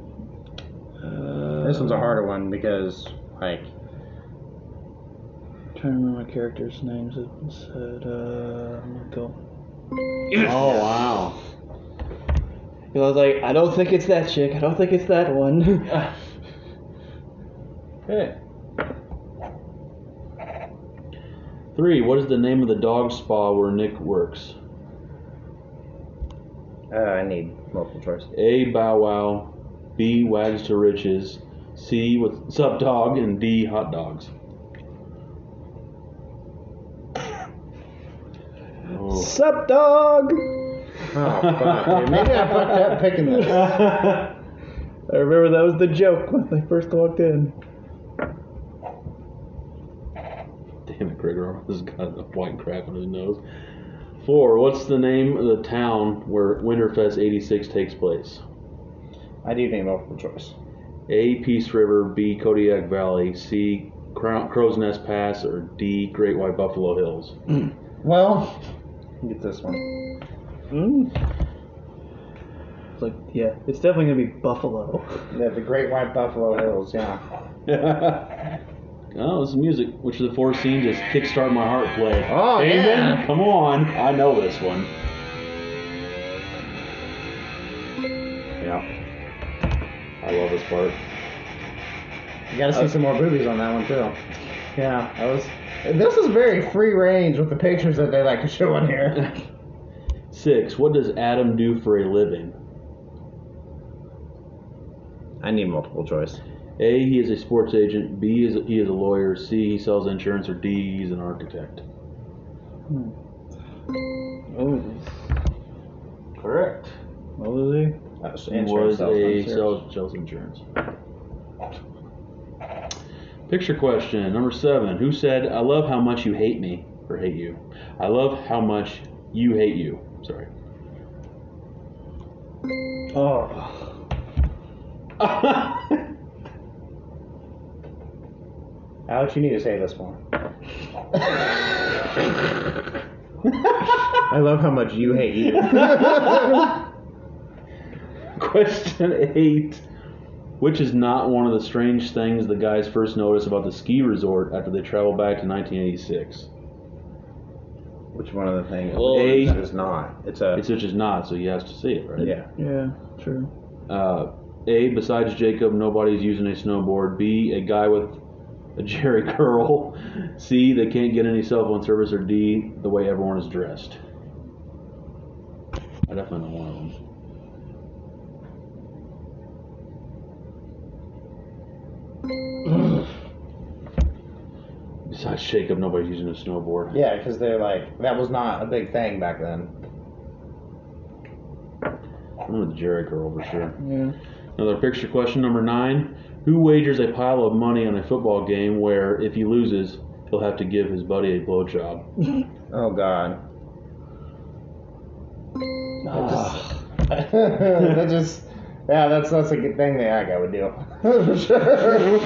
Speaker 4: Uh,
Speaker 3: This one's a harder one because like
Speaker 4: trying to remember my characters' names. It said, uh, I'm gonna go.
Speaker 2: Oh wow.
Speaker 4: Because I was like, I don't think it's that chick. I don't think it's that one.
Speaker 2: Okay. Three. What is the name of the dog spa where Nick works?
Speaker 3: uh, I need multiple choice.
Speaker 2: A. Bow Wow. B. Wags to Riches. C. What's up, dog? And D. Hot dogs. Oh.
Speaker 4: Sup, dog?
Speaker 3: Oh fuck. dude. Maybe I fucked up picking this.
Speaker 4: I remember that was the joke when they first walked in.
Speaker 2: Damn it, Greg Roberts has got a white crap in his nose. Four. What's the name of the town where Winterfest '86 takes place?
Speaker 3: I do need multiple choice.
Speaker 2: A. Peace River, B. Kodiak Valley, C. Crow- Crow's Nest Pass, or D. Great White Buffalo Hills.
Speaker 3: Well, get this one.
Speaker 4: Mm. It's like, yeah, it's definitely gonna be Buffalo.
Speaker 3: Yeah, the Great White Buffalo Hills. Yeah.
Speaker 2: oh, this music, which is the four scenes, is Kickstart My Heart play.
Speaker 3: Oh,
Speaker 2: Amen?
Speaker 3: yeah.
Speaker 2: Come on, I know this one. Yeah, I love this part.
Speaker 3: You gotta see some more boobies on that one too.
Speaker 4: Yeah.
Speaker 3: I was. This is very free range with the pictures that they like to show on here.
Speaker 2: Six. What does Adam do for a living?
Speaker 3: I need multiple choice.
Speaker 2: A. He is a sports agent. B. Is he is a lawyer. C. He sells insurance. Or D. He's an architect.
Speaker 4: Oh,
Speaker 2: Correct.
Speaker 4: what was he?
Speaker 3: That's
Speaker 2: He was a sales, sales insurance. Picture question number seven. Who said, "I love how much you hate me" or "hate you"? I love how much you hate you. Sorry.
Speaker 4: Oh,
Speaker 3: Alex, you need to say this one. I love how much you hate you.
Speaker 2: question eight. Which is not one of the strange things the guys first notice about the ski resort after they travel back to 1986?
Speaker 3: Which one of the things?
Speaker 2: Well,
Speaker 3: It's
Speaker 2: A-
Speaker 3: it's not. It's a.
Speaker 2: It's which is not, so he has to see it, right?
Speaker 3: yeah.
Speaker 4: yeah, true.
Speaker 2: Uh, a, besides Jacob, nobody's using a snowboard. B, a guy with a Jerry curl. C, they can't get any cell phone service. Or D, the way everyone is dressed. I definitely know one of them. Besides Jacob, nobody's using a snowboard.
Speaker 3: Yeah, because they're like that was not a big thing back then.
Speaker 2: I remember the Jerry curl for sure.
Speaker 4: Yeah.
Speaker 2: Another picture question number nine. Who wagers a pile of money on a football game where, if he loses, he'll have to give his buddy a blowjob?
Speaker 3: Oh God. that just. Yeah, that's that's a good thing that guy would do. For sure.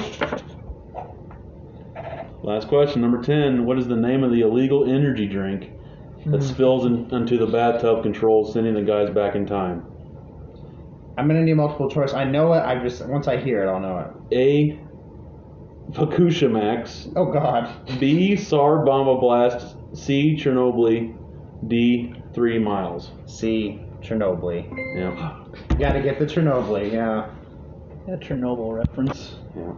Speaker 2: Last question, number 10. What is the name of the illegal energy drink that spills in, into the bathtub controls, sending the guys back in time?
Speaker 3: I'm gonna need multiple choice. I know it. I just once I hear it, I'll know it.
Speaker 2: A. Fukushamax.
Speaker 3: Oh God.
Speaker 2: B. Sar Bomba Blast. C. Chernobyl. D. Three Miles.
Speaker 3: See Chernobyl.
Speaker 2: Yeah.
Speaker 3: You gotta get the Chernobyl. Yeah.
Speaker 4: That Chernobyl reference.
Speaker 2: yeah.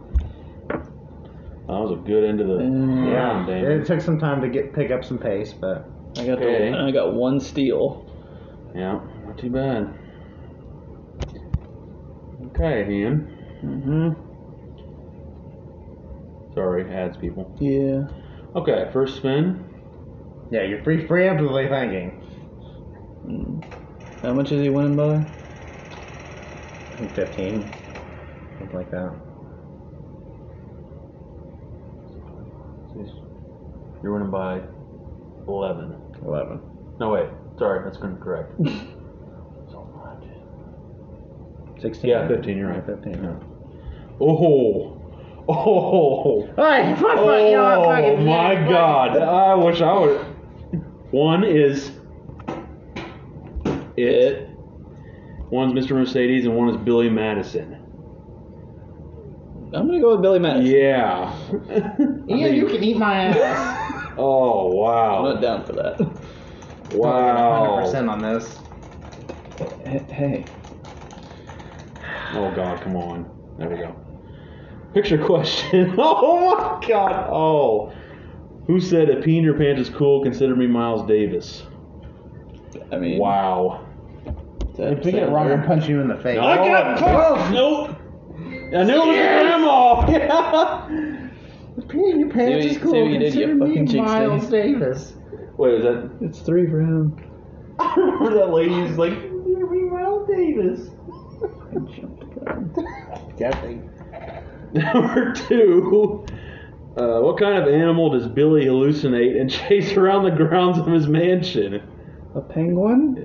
Speaker 2: That was a good end of the
Speaker 4: Mm.
Speaker 2: round, Damon.
Speaker 3: It took some time to get pick up some pace, but
Speaker 4: I got
Speaker 2: Okay.
Speaker 4: the, I got one steal.
Speaker 2: Yeah, not too bad. Okay, Ian.
Speaker 4: Mm-hmm.
Speaker 2: Sorry, ads people.
Speaker 4: Yeah.
Speaker 2: Okay, first spin.
Speaker 3: Yeah, you're pre- preemptively thinking.
Speaker 4: How much is he winning by?
Speaker 3: I think 15. Something like that.
Speaker 6: You're winning by 11.
Speaker 3: 11.
Speaker 6: No, wait. Sorry, that's incorrect.
Speaker 3: 16.
Speaker 2: Yeah, 15, you're right.
Speaker 3: 15.
Speaker 2: Oh, oh,
Speaker 3: Hey, fuck, fuck, you know, I
Speaker 2: oh
Speaker 3: fucking-
Speaker 2: my
Speaker 3: fuck.
Speaker 2: God! I wish I would. One is it. One's Mr. Mercedes and one is Billy Madison.
Speaker 4: I'm gonna go with Billy Madison.
Speaker 2: Yeah.
Speaker 3: Ian, you can eat my ass.
Speaker 2: oh
Speaker 4: I'm not
Speaker 2: wow!
Speaker 4: down for that.
Speaker 2: Wow!
Speaker 3: 100% on this.
Speaker 4: H- Hey,
Speaker 2: Oh god, come on. There we go. Picture question. oh my god. Oh. Who said a pee in your pants is cool? Consider me Miles Davis.
Speaker 4: I mean,
Speaker 2: Wow.
Speaker 4: If
Speaker 3: If you get it wrong, I'll punch you in the face.
Speaker 2: I got close. Nope. I knew it was grandma.
Speaker 3: Peeing your pants
Speaker 4: See what
Speaker 3: is
Speaker 4: you-
Speaker 3: cool.
Speaker 4: see what you did, you
Speaker 3: Consider me
Speaker 4: fucking jinxed it.
Speaker 3: Miles Davis.
Speaker 2: Wait, was that?
Speaker 4: It's three for him.
Speaker 2: I remember that lady who's like, "Consider me Miles Davis." Number two. Uh, what kind of animal does Billy hallucinate and chase around the grounds of his mansion?
Speaker 4: A penguin?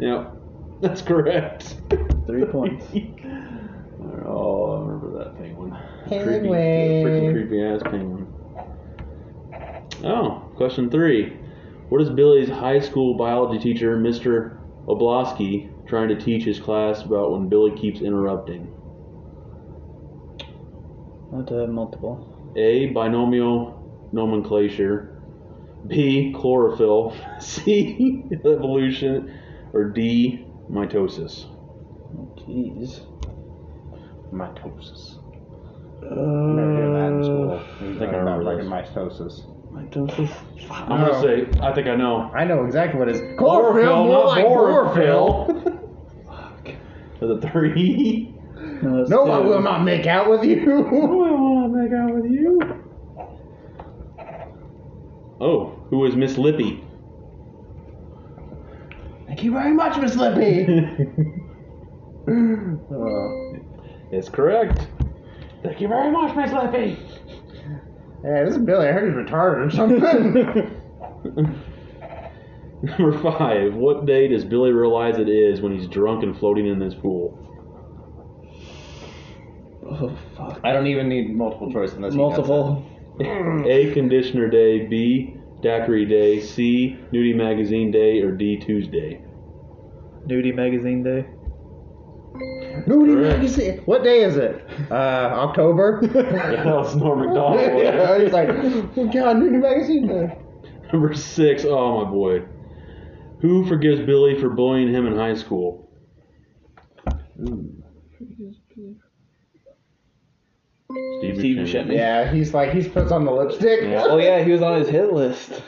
Speaker 2: Yep, that's correct.
Speaker 4: Three points.
Speaker 2: oh, I remember that penguin. Creepy, freaking
Speaker 3: Penguin.
Speaker 2: creepy ass penguin. Oh, question three. What is Billy's high school biology teacher, Mr. Oblosky, trying to teach his class about when Billy keeps interrupting?
Speaker 4: I'll have to have multiple.
Speaker 2: A. Binomial nomenclature. B. Chlorophyll. C. Evolution. Or D. Mitosis.
Speaker 4: Oh, Jeez.
Speaker 3: Mitosis.
Speaker 4: Uh,
Speaker 3: I remember doing that in school. We were
Speaker 2: think I
Speaker 3: talking about
Speaker 2: remember
Speaker 3: fucking mitosis.
Speaker 4: Mitosis.
Speaker 2: I'm
Speaker 3: Oh.
Speaker 2: gonna say I think I know.
Speaker 3: I know exactly what it is. Chlorophyll, more
Speaker 2: not
Speaker 3: like chlorophyll.
Speaker 2: the three.
Speaker 4: No, it's
Speaker 3: No,
Speaker 4: two.
Speaker 3: I will not make out with you.
Speaker 2: Oh, I want to make out with you. Oh, who is Miss Lippy?
Speaker 3: Thank you very much, Miss Lippy. Uh, Oh.
Speaker 2: It's correct. Thank you very much, Miss Lippy.
Speaker 3: Yeah, this is Billy. I heard he's retarded or something.
Speaker 2: Number five. What day does Billy realize it is when he's drunk and floating in this pool?
Speaker 4: Oh, fuck.
Speaker 3: I don't even need multiple choice unless
Speaker 4: Multiple.
Speaker 2: A. Conditioner Day. B. Daiquiri Day. C. Nudie Magazine Day. Or D. Tuesday.
Speaker 4: Nudie magazine day.
Speaker 3: Nudie
Speaker 2: Correct.
Speaker 3: magazine. What day is it? Uh, October.
Speaker 2: Yeah, that was Norm Macdonald.
Speaker 3: yeah, he's like, oh, God, Nudie magazine. Day."
Speaker 2: Number six, oh my boy. Who forgives Billy for bullying him in high school? Steve
Speaker 4: Steve
Speaker 2: Buscemi.
Speaker 4: Buscemi.
Speaker 3: Yeah, he's like, he puts on the lipstick.
Speaker 2: Yeah.
Speaker 4: Oh yeah, he was on his hit list.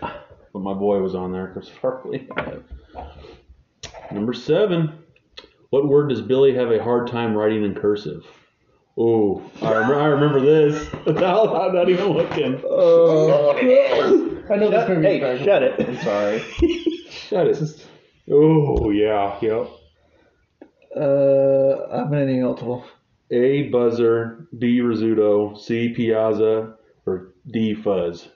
Speaker 2: But my boy was on there, Chris Farley. Number seven. What word does Billy have a hard time writing in cursive? Oh, I, rem- I remember this. I'm not even looking.
Speaker 3: oh, I know this movie.
Speaker 4: hey, shut it.
Speaker 3: I'm sorry.
Speaker 2: Shut it. Oh, yeah, yep.
Speaker 3: Äh,
Speaker 4: Uh, I'm gonna need multiple.
Speaker 2: A. Buzzer, B. Rizzuto, C. Piazza, or D. Fuzz.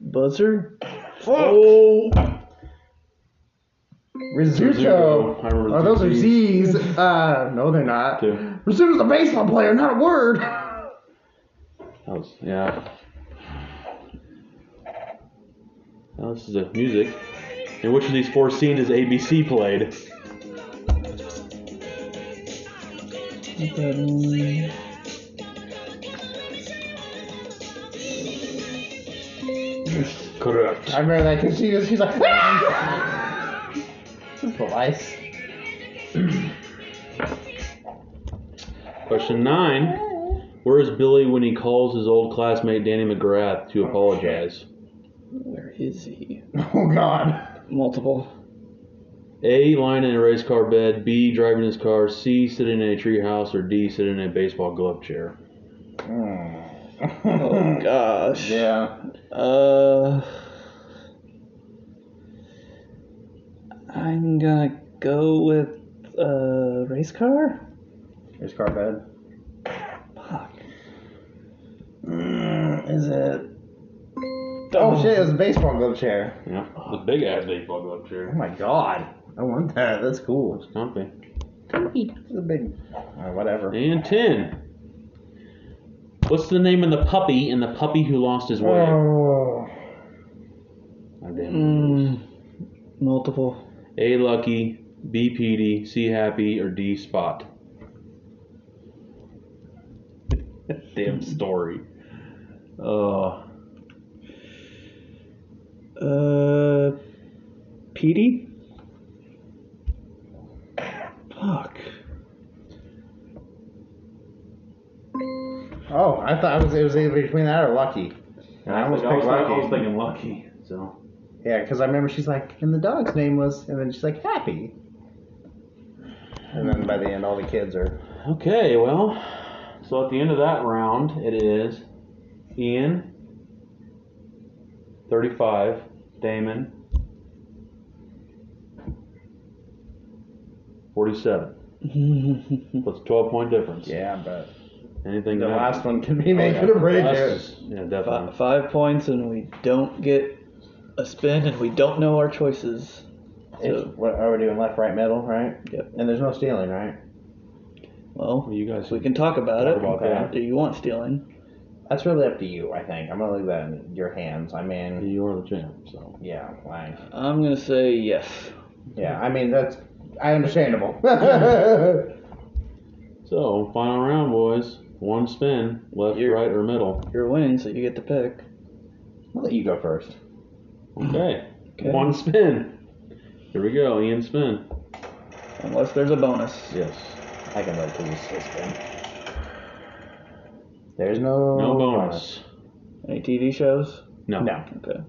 Speaker 4: Buzzer.
Speaker 2: Oh, Rizzuto. I
Speaker 3: Rizzuto.
Speaker 2: remember
Speaker 3: Oh,
Speaker 2: the
Speaker 3: those are
Speaker 2: Zs.
Speaker 3: Z's. Uh, no, they're not.
Speaker 2: Two.
Speaker 3: Rizzuto's a baseball player, not a word.
Speaker 2: that was yeah. Now this is a music. In which of these four scenes is ABC played? Correct.
Speaker 3: I remember that because she was, she's like, ah! This is Elias.
Speaker 2: Question nine. Where is Billy when he calls his old classmate Danny McGrath to apologize?
Speaker 4: Where is he?
Speaker 3: Oh, God.
Speaker 4: Multiple.
Speaker 2: A. Lying in a race car bed. B. Driving his car. C. Sitting in a treehouse. Or D. Sitting in a baseball glove chair.
Speaker 4: Oh gosh.
Speaker 3: Yeah.
Speaker 4: Uh, I'm gonna go with uh, race car.
Speaker 3: Here's car bed.
Speaker 4: Fuck. Mm, is it?
Speaker 3: Oh, shit, it's a baseball glove chair.
Speaker 2: Yeah. The big ass baseball glove
Speaker 3: Oh
Speaker 2: chair.
Speaker 3: my god. I want that. That's cool.
Speaker 2: It's comfy.
Speaker 3: It's a big. Uh, whatever.
Speaker 2: And ten. What's the name of the puppy and the puppy who lost his way?
Speaker 3: Oh.
Speaker 2: I'm damn-
Speaker 4: Mm, multiple.
Speaker 2: A lucky, B Petey, C happy, or D spot. damn story. Uh,
Speaker 4: Uh, Petey. Fuck.
Speaker 3: Oh, I thought it was, it was either between that or Lucky.
Speaker 6: And I,
Speaker 3: almost
Speaker 6: was, I, was,
Speaker 3: picked
Speaker 6: I was
Speaker 3: lucky.
Speaker 6: thinking lucky. So
Speaker 3: Yeah, because I remember she's like, and the dog's name was, and then she's like, Happy. And then by the end, all the kids are.
Speaker 2: okay, well, so at the end of that round, it is Ian, 35, Damon, 47. That's a 12 point difference.
Speaker 3: Yeah, but
Speaker 2: Anything Oh,
Speaker 3: the
Speaker 2: can happen.
Speaker 3: last one could be making a break here.
Speaker 2: Yeah,
Speaker 4: Five,
Speaker 2: definitely.
Speaker 4: five points, and we don't get a spin, and we don't know our choices.
Speaker 3: It's-
Speaker 4: So,
Speaker 3: What are we doing? Left, right, middle, right?
Speaker 4: Yep.
Speaker 3: And there's no stealing, right?
Speaker 4: well,
Speaker 2: Well, you guys
Speaker 4: we can talk about it.
Speaker 2: about that.
Speaker 4: Do you want stealing?
Speaker 3: That's really up to you, I think. I'm gonna leave that in your hands. I mean,
Speaker 2: You are the champ, so.
Speaker 3: yeah, like,
Speaker 4: I'm gonna say yes.
Speaker 3: yeah. I mean, that's I understandable. All
Speaker 2: So, final round, boys. One spin, left,
Speaker 4: You're-
Speaker 2: right, or middle.
Speaker 4: You're winning, so you get to pick.
Speaker 3: I'll let you go first.
Speaker 2: Okay.
Speaker 4: Okay.
Speaker 2: One spin. Here we go, Ian spin.
Speaker 4: Unless there's a bonus.
Speaker 2: Yes.
Speaker 3: I can let you spin. There's no
Speaker 2: No bonus.
Speaker 4: Any TV shows?
Speaker 2: No.
Speaker 3: Oh, No.
Speaker 4: Okay.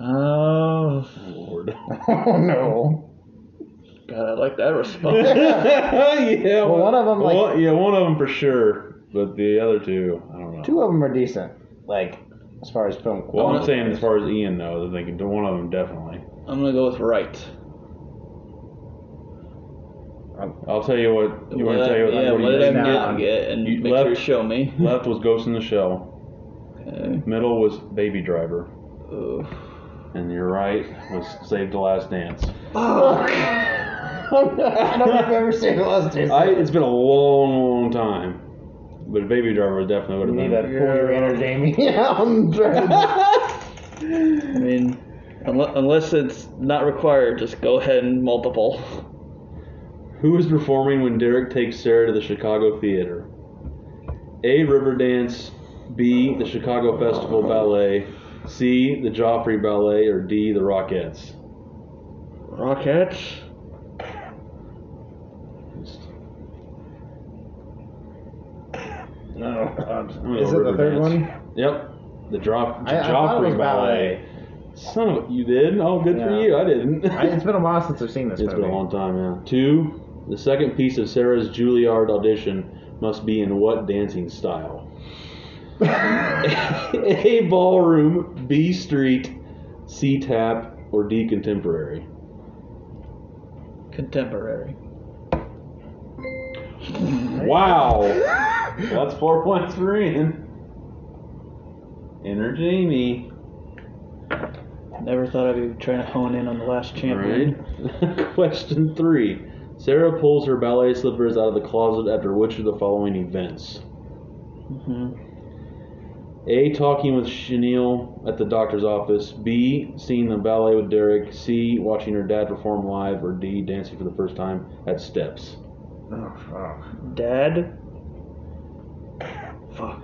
Speaker 4: Oh,
Speaker 2: Lord.
Speaker 3: Oh no.
Speaker 4: God, I like that response.
Speaker 2: yeah.
Speaker 3: Well, one of 'em, like-
Speaker 2: one- yeah, one of them for sure. But the other two, I don't know.
Speaker 3: Two of them are decent. Like, as far as film
Speaker 2: well, I'm
Speaker 3: quality.
Speaker 2: saying as far as Ian knows, I think one of them definitely.
Speaker 4: I'm gonna go with right.
Speaker 2: I'll tell you what. You want to tell you what?
Speaker 4: yeah,
Speaker 2: what
Speaker 4: what
Speaker 2: you
Speaker 4: did I
Speaker 2: think?
Speaker 4: not get? And
Speaker 2: You
Speaker 4: make sure you
Speaker 2: left-
Speaker 4: show me.
Speaker 2: Left was Ghost in the Shell.
Speaker 4: Okay.
Speaker 2: Middle was Baby Driver.
Speaker 4: Oof.
Speaker 2: And your right was Save the Last Dance.
Speaker 3: I don't think I've ever seen the last two.
Speaker 2: I, it's been a long, long time. But Baby Driver definitely would
Speaker 3: You
Speaker 2: have
Speaker 3: need
Speaker 2: been.
Speaker 3: to pull your inner Jamie. Yeah, I'm trying to-
Speaker 4: I mean, unless, unless it's not required, just go ahead and multiple.
Speaker 2: Who is performing when Derek takes Sarah to the Chicago Theater? A. Riverdance. B. The Chicago Festival Ballet. C. The Joffrey Ballet. Or D. The Rockettes.
Speaker 4: Rockets?
Speaker 3: No.
Speaker 2: gonna
Speaker 3: Is
Speaker 2: go
Speaker 3: it the third
Speaker 2: Riverdance.
Speaker 3: one?
Speaker 2: Yep. The Joff-
Speaker 3: I- I thought it was
Speaker 2: Joffrey Ballet. Son of a, you did? Oh, good for
Speaker 3: Yeah.
Speaker 2: you. I didn't.
Speaker 3: I, it's been a while since I've seen this
Speaker 2: It's
Speaker 3: movie.
Speaker 2: been a long time, yeah. Two, the second piece of Sarah's Juilliard audition must be in what dancing style? A ballroom, B street, C tap, or D contemporary?
Speaker 4: Contemporary.
Speaker 2: Wow! That's four points for Ian. Enter Jamie.
Speaker 4: Never thought I'd be trying to hone in on the last champion.
Speaker 2: Right. Question three. Sarah pulls her ballet slippers out of the closet after which of the following events?
Speaker 4: Mhm.
Speaker 2: A. Talking with Chenille at the doctor's office. B. Seeing the ballet with Derek. C. Watching her dad perform live. Or D. Dancing for the first time at Steps.
Speaker 3: Oh, fuck.
Speaker 4: Dad? Fuck.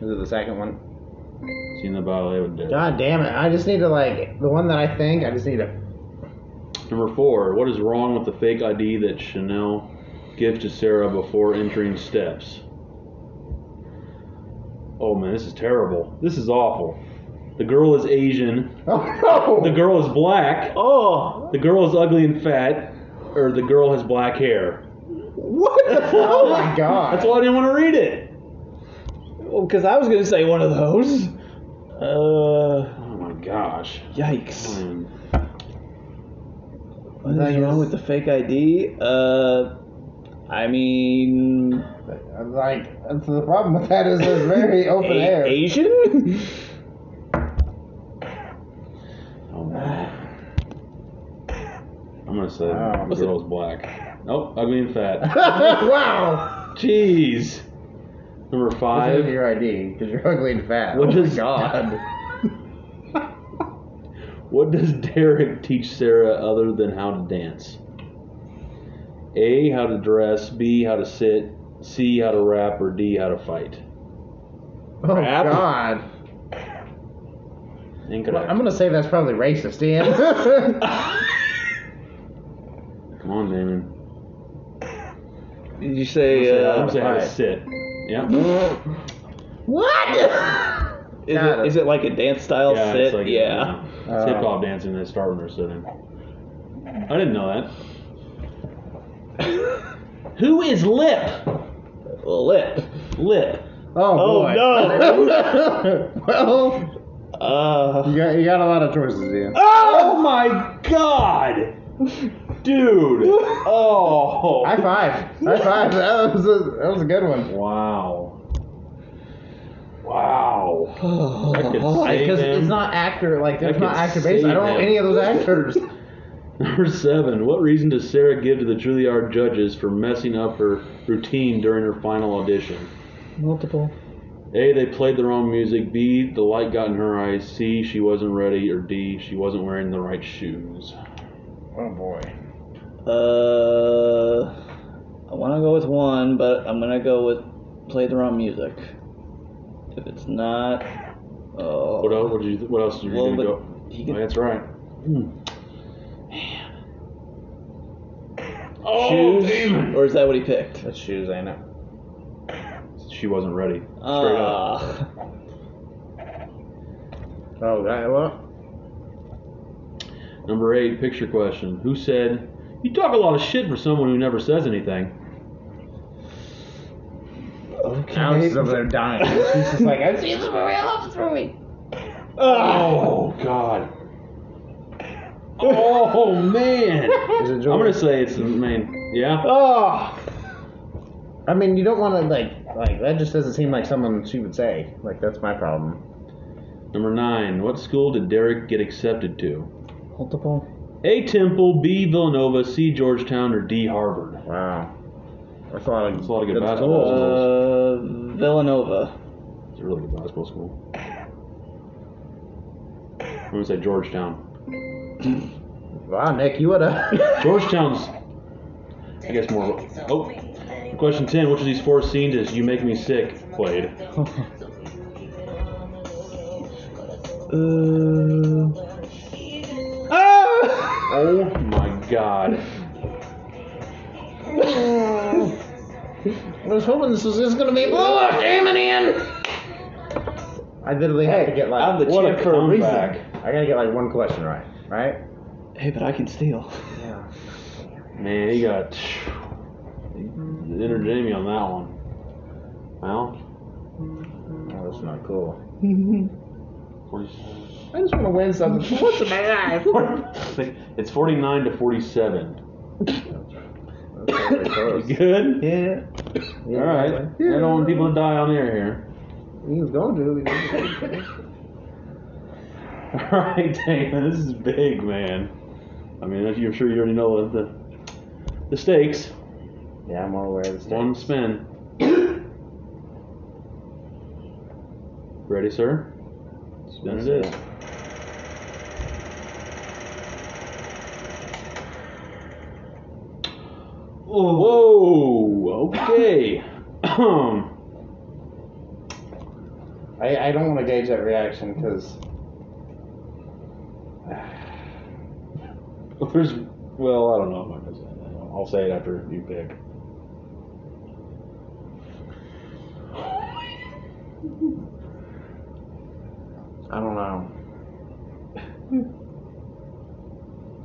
Speaker 3: Is it the second one?
Speaker 2: Seeing the ballet with Derek.
Speaker 3: God damn it. I just need to, like, the one that I think, I just need to.
Speaker 2: Number four. What is wrong with the fake ID that Chanel gives to Sarah before entering Steps? Oh man, this is terrible. This is awful. The girl is Asian.
Speaker 3: Oh,
Speaker 2: The
Speaker 3: no!
Speaker 2: girl is black.
Speaker 4: Oh!
Speaker 2: The girl is ugly and fat. Or the girl has black hair.
Speaker 4: What the
Speaker 3: Oh
Speaker 4: hell?
Speaker 3: my god.
Speaker 2: That's why I didn't want to read it.
Speaker 4: Because I was going to say one of those. Uh,
Speaker 2: Oh my gosh.
Speaker 4: yikes.
Speaker 2: Um,
Speaker 4: What is wrong with the fake ID? Uh, I mean,
Speaker 3: I'm like, that's the problem with that is it's very open
Speaker 4: a-
Speaker 3: air.
Speaker 4: Asian?
Speaker 2: oh no. I'm gonna say
Speaker 3: Wow.
Speaker 2: the girl's black. Nope, ugly and fat.
Speaker 3: wow.
Speaker 2: Jeez. Number
Speaker 3: This is
Speaker 2: five.
Speaker 3: your ID because you're ugly and fat.
Speaker 2: What
Speaker 3: oh
Speaker 2: does-
Speaker 3: my god.
Speaker 2: What does Derek teach Sarah other than how to dance? A. How to dress. B. How to sit. C. How to rap. Or D. How to fight.
Speaker 3: Oh
Speaker 4: Crap.
Speaker 3: god.
Speaker 2: Incorrect.
Speaker 3: I'm gonna say that's probably racist, Ian.
Speaker 2: Come on, Damon.
Speaker 4: Did you say,
Speaker 2: I'm
Speaker 4: uh,
Speaker 2: gonna say how to
Speaker 3: fight.
Speaker 2: sit. Yeah.
Speaker 3: what?
Speaker 4: is,
Speaker 3: Got
Speaker 4: it,
Speaker 3: it.
Speaker 4: is it like a dance style
Speaker 2: yeah,
Speaker 4: sit?
Speaker 2: It's like,
Speaker 4: yeah.
Speaker 3: Uh,
Speaker 2: hip hop dancing. They start when they're sitting. I didn't know that. Who is Lip?
Speaker 4: Lip.
Speaker 2: Lip.
Speaker 3: Oh, boy.
Speaker 4: no.
Speaker 3: well,
Speaker 4: Uh,
Speaker 3: you got, you got a lot of choices, Ian.
Speaker 2: Oh my God, dude. Oh.
Speaker 3: High five. High five. That was a, that was a good one.
Speaker 2: Wow. Wow. I could save
Speaker 3: Because
Speaker 2: him.
Speaker 3: it's not actor like there's
Speaker 2: could
Speaker 3: not actor based. I
Speaker 2: save
Speaker 3: don't know
Speaker 2: him.
Speaker 3: any of those actors.
Speaker 2: Number seven. What reason does Sarah give to the Juilliard judges for messing up her routine during her final audition?
Speaker 4: multiple.
Speaker 2: A. They played the wrong music. B. The light got in her eyes. C. She wasn't ready. Or D. She wasn't wearing the right shoes.
Speaker 3: oh boy.
Speaker 4: Uh, I want to go with one, but I'm gonna go with play the wrong music. If it's not, oh,
Speaker 2: What else? What did you? What else did you
Speaker 4: Well,
Speaker 2: gonna
Speaker 4: but
Speaker 2: go?
Speaker 4: he
Speaker 2: Oh,
Speaker 4: can-
Speaker 2: that's right. Man. Oh,
Speaker 4: shoes,
Speaker 2: damn.
Speaker 4: or is that what he picked?
Speaker 3: That's shoes, I know.
Speaker 2: She wasn't ready. Straight up.
Speaker 4: Ah,
Speaker 3: Oh god. Well,
Speaker 4: Ah.
Speaker 2: Number eight. Picture question. Who said? You talk a lot of shit for someone who never says anything.
Speaker 3: Alex is over there dying. She's just like, I've seen
Speaker 5: Jesus Maria loves me.
Speaker 2: Oh God. Oh man. Ah.
Speaker 3: Is it
Speaker 2: I'm
Speaker 3: Jordan?
Speaker 2: gonna say it's the main. Yeah.
Speaker 3: Oh. I mean, you don't want to like like that. Just doesn't seem like someone she would say. Like that's my problem.
Speaker 2: Number nine. What school did Derek get accepted to?
Speaker 4: multiple.
Speaker 2: A. Temple, B. Villanova, C. Georgetown, or D. Harvard.
Speaker 3: Wow. That's a lot of,
Speaker 2: That's a lot of good
Speaker 3: that's
Speaker 2: basketball.
Speaker 3: cool.
Speaker 4: Uh, Villanova.
Speaker 2: It's a really good basketball school. I'm gonna say Georgetown.
Speaker 3: Wow, Nick, you would have.
Speaker 2: Georgetown's, I guess, more. Oh, question ten. Which of these four scenes is "You Make Me Sick" played?
Speaker 4: Uh,
Speaker 2: Oh my God!
Speaker 3: I was hoping this was just gonna be blow up, damn it, Ian. I literally had to get like
Speaker 4: I'm the
Speaker 3: what
Speaker 4: champ
Speaker 3: a
Speaker 4: for a
Speaker 3: comeback.
Speaker 2: reason.
Speaker 3: I gotta get like one question right, right?
Speaker 4: hey, but I can steal.
Speaker 3: Yeah.
Speaker 2: Man, he got he entered Jamie on that one. Well,
Speaker 3: Oh, that's not cool.
Speaker 2: 40,
Speaker 3: I just want to win something. What's in my life?
Speaker 2: it's 49 to 47.
Speaker 3: That's really close.
Speaker 2: Good.
Speaker 4: Yeah.
Speaker 2: All right. I don't want people to die on the air here.
Speaker 3: He's going to.
Speaker 2: All right, Damon, this is big, man. I mean, I'm sure you already know what the the stakes.
Speaker 3: Yeah, I'm all aware of this.
Speaker 2: One spin. Ready, sir? Spin it is. Whoa! Okay. Ahem.
Speaker 3: I, I don't want to gauge that reaction because
Speaker 2: There's. Well, I don't know. if I'm gonna say that. I'll say it after you pick.
Speaker 3: I don't know. I'm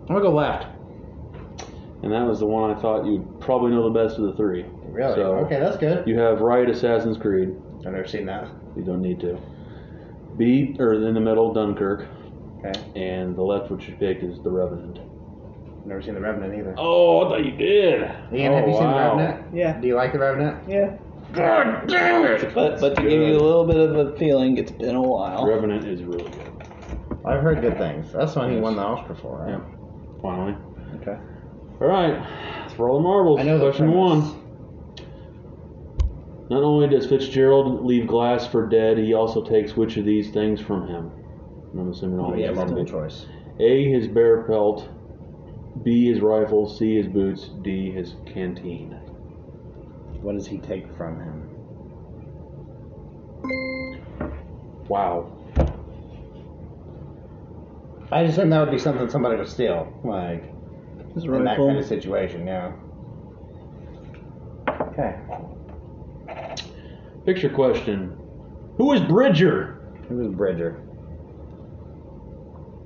Speaker 3: gonna go left.
Speaker 2: And that was the one I thought you'd probably know the best of the three.
Speaker 3: Really?
Speaker 2: So-
Speaker 3: okay, that's good.
Speaker 2: You have Riot, Assassin's Creed.
Speaker 3: I've never seen that.
Speaker 2: You don't need to. B or in the middle, Dunkirk,
Speaker 3: Okay.
Speaker 2: and the left, which you picked, is The Revenant.
Speaker 3: Never seen The Revenant either.
Speaker 2: Oh, I thought you did.
Speaker 3: Ian,
Speaker 2: oh,
Speaker 3: have you seen The
Speaker 2: wow.
Speaker 3: Revenant?
Speaker 4: Yeah.
Speaker 3: Do you like The Revenant?
Speaker 4: Yeah.
Speaker 2: God damn it!
Speaker 4: But but to give you a little bit of a feeling, it's been a while.
Speaker 2: Revenant is really good.
Speaker 3: I've heard good things. That's the one he won the Oscar for,
Speaker 2: Yeah.
Speaker 3: right?
Speaker 2: Finally.
Speaker 3: Okay.
Speaker 2: All right. It's for all the marbles.
Speaker 3: I know the
Speaker 2: Question
Speaker 3: premise.
Speaker 2: one. Not only does Fitzgerald leave Glass for dead, he also takes which of these things from him? And I'm assuming all
Speaker 3: Oh, yeah,
Speaker 2: these
Speaker 3: multiple
Speaker 2: things.
Speaker 3: choice.
Speaker 2: A. His bear pelt. B. His rifle. C. His boots. D. His canteen.
Speaker 3: What does he take from him?
Speaker 2: Wow.
Speaker 3: I just think that would be something somebody would steal, like
Speaker 4: His
Speaker 3: in that kind
Speaker 4: rifle.
Speaker 3: of situation. Yeah. Okay.
Speaker 2: Picture question. Who is Bridger?
Speaker 3: Who is Bridger?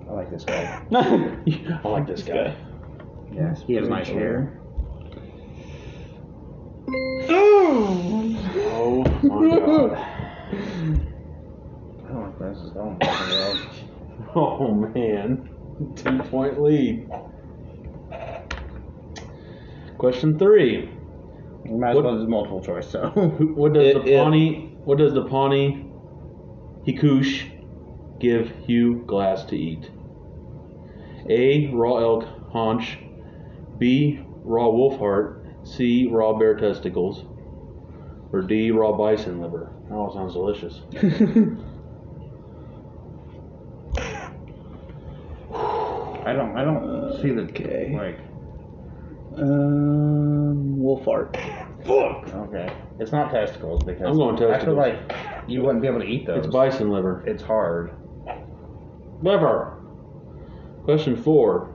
Speaker 3: I like this guy.
Speaker 2: I like this guy.
Speaker 3: Yeah, he has nice hair.
Speaker 2: Oh my god.
Speaker 3: I don't like where this is going. Well,
Speaker 2: Oh man. Two point lead. Question three.
Speaker 3: you might as
Speaker 2: What-
Speaker 3: well do multiple choice. So
Speaker 2: Who- What does
Speaker 4: It-
Speaker 2: the
Speaker 4: it-
Speaker 2: Pawnee what does the Pawnee Hikush give Hugh Glass to eat? A raw elk haunch, B raw wolf heart, C raw bear testicles, or D raw bison liver. That all sounds delicious.
Speaker 3: I don't. I don't see the
Speaker 4: okay.
Speaker 3: like.
Speaker 4: Um, wolf art.
Speaker 3: Okay, it's not testicles because
Speaker 2: I'm going testicles.
Speaker 3: I feel like you wouldn't be able to eat those.
Speaker 2: It's bison liver.
Speaker 3: It's hard.
Speaker 2: Liver. Question four.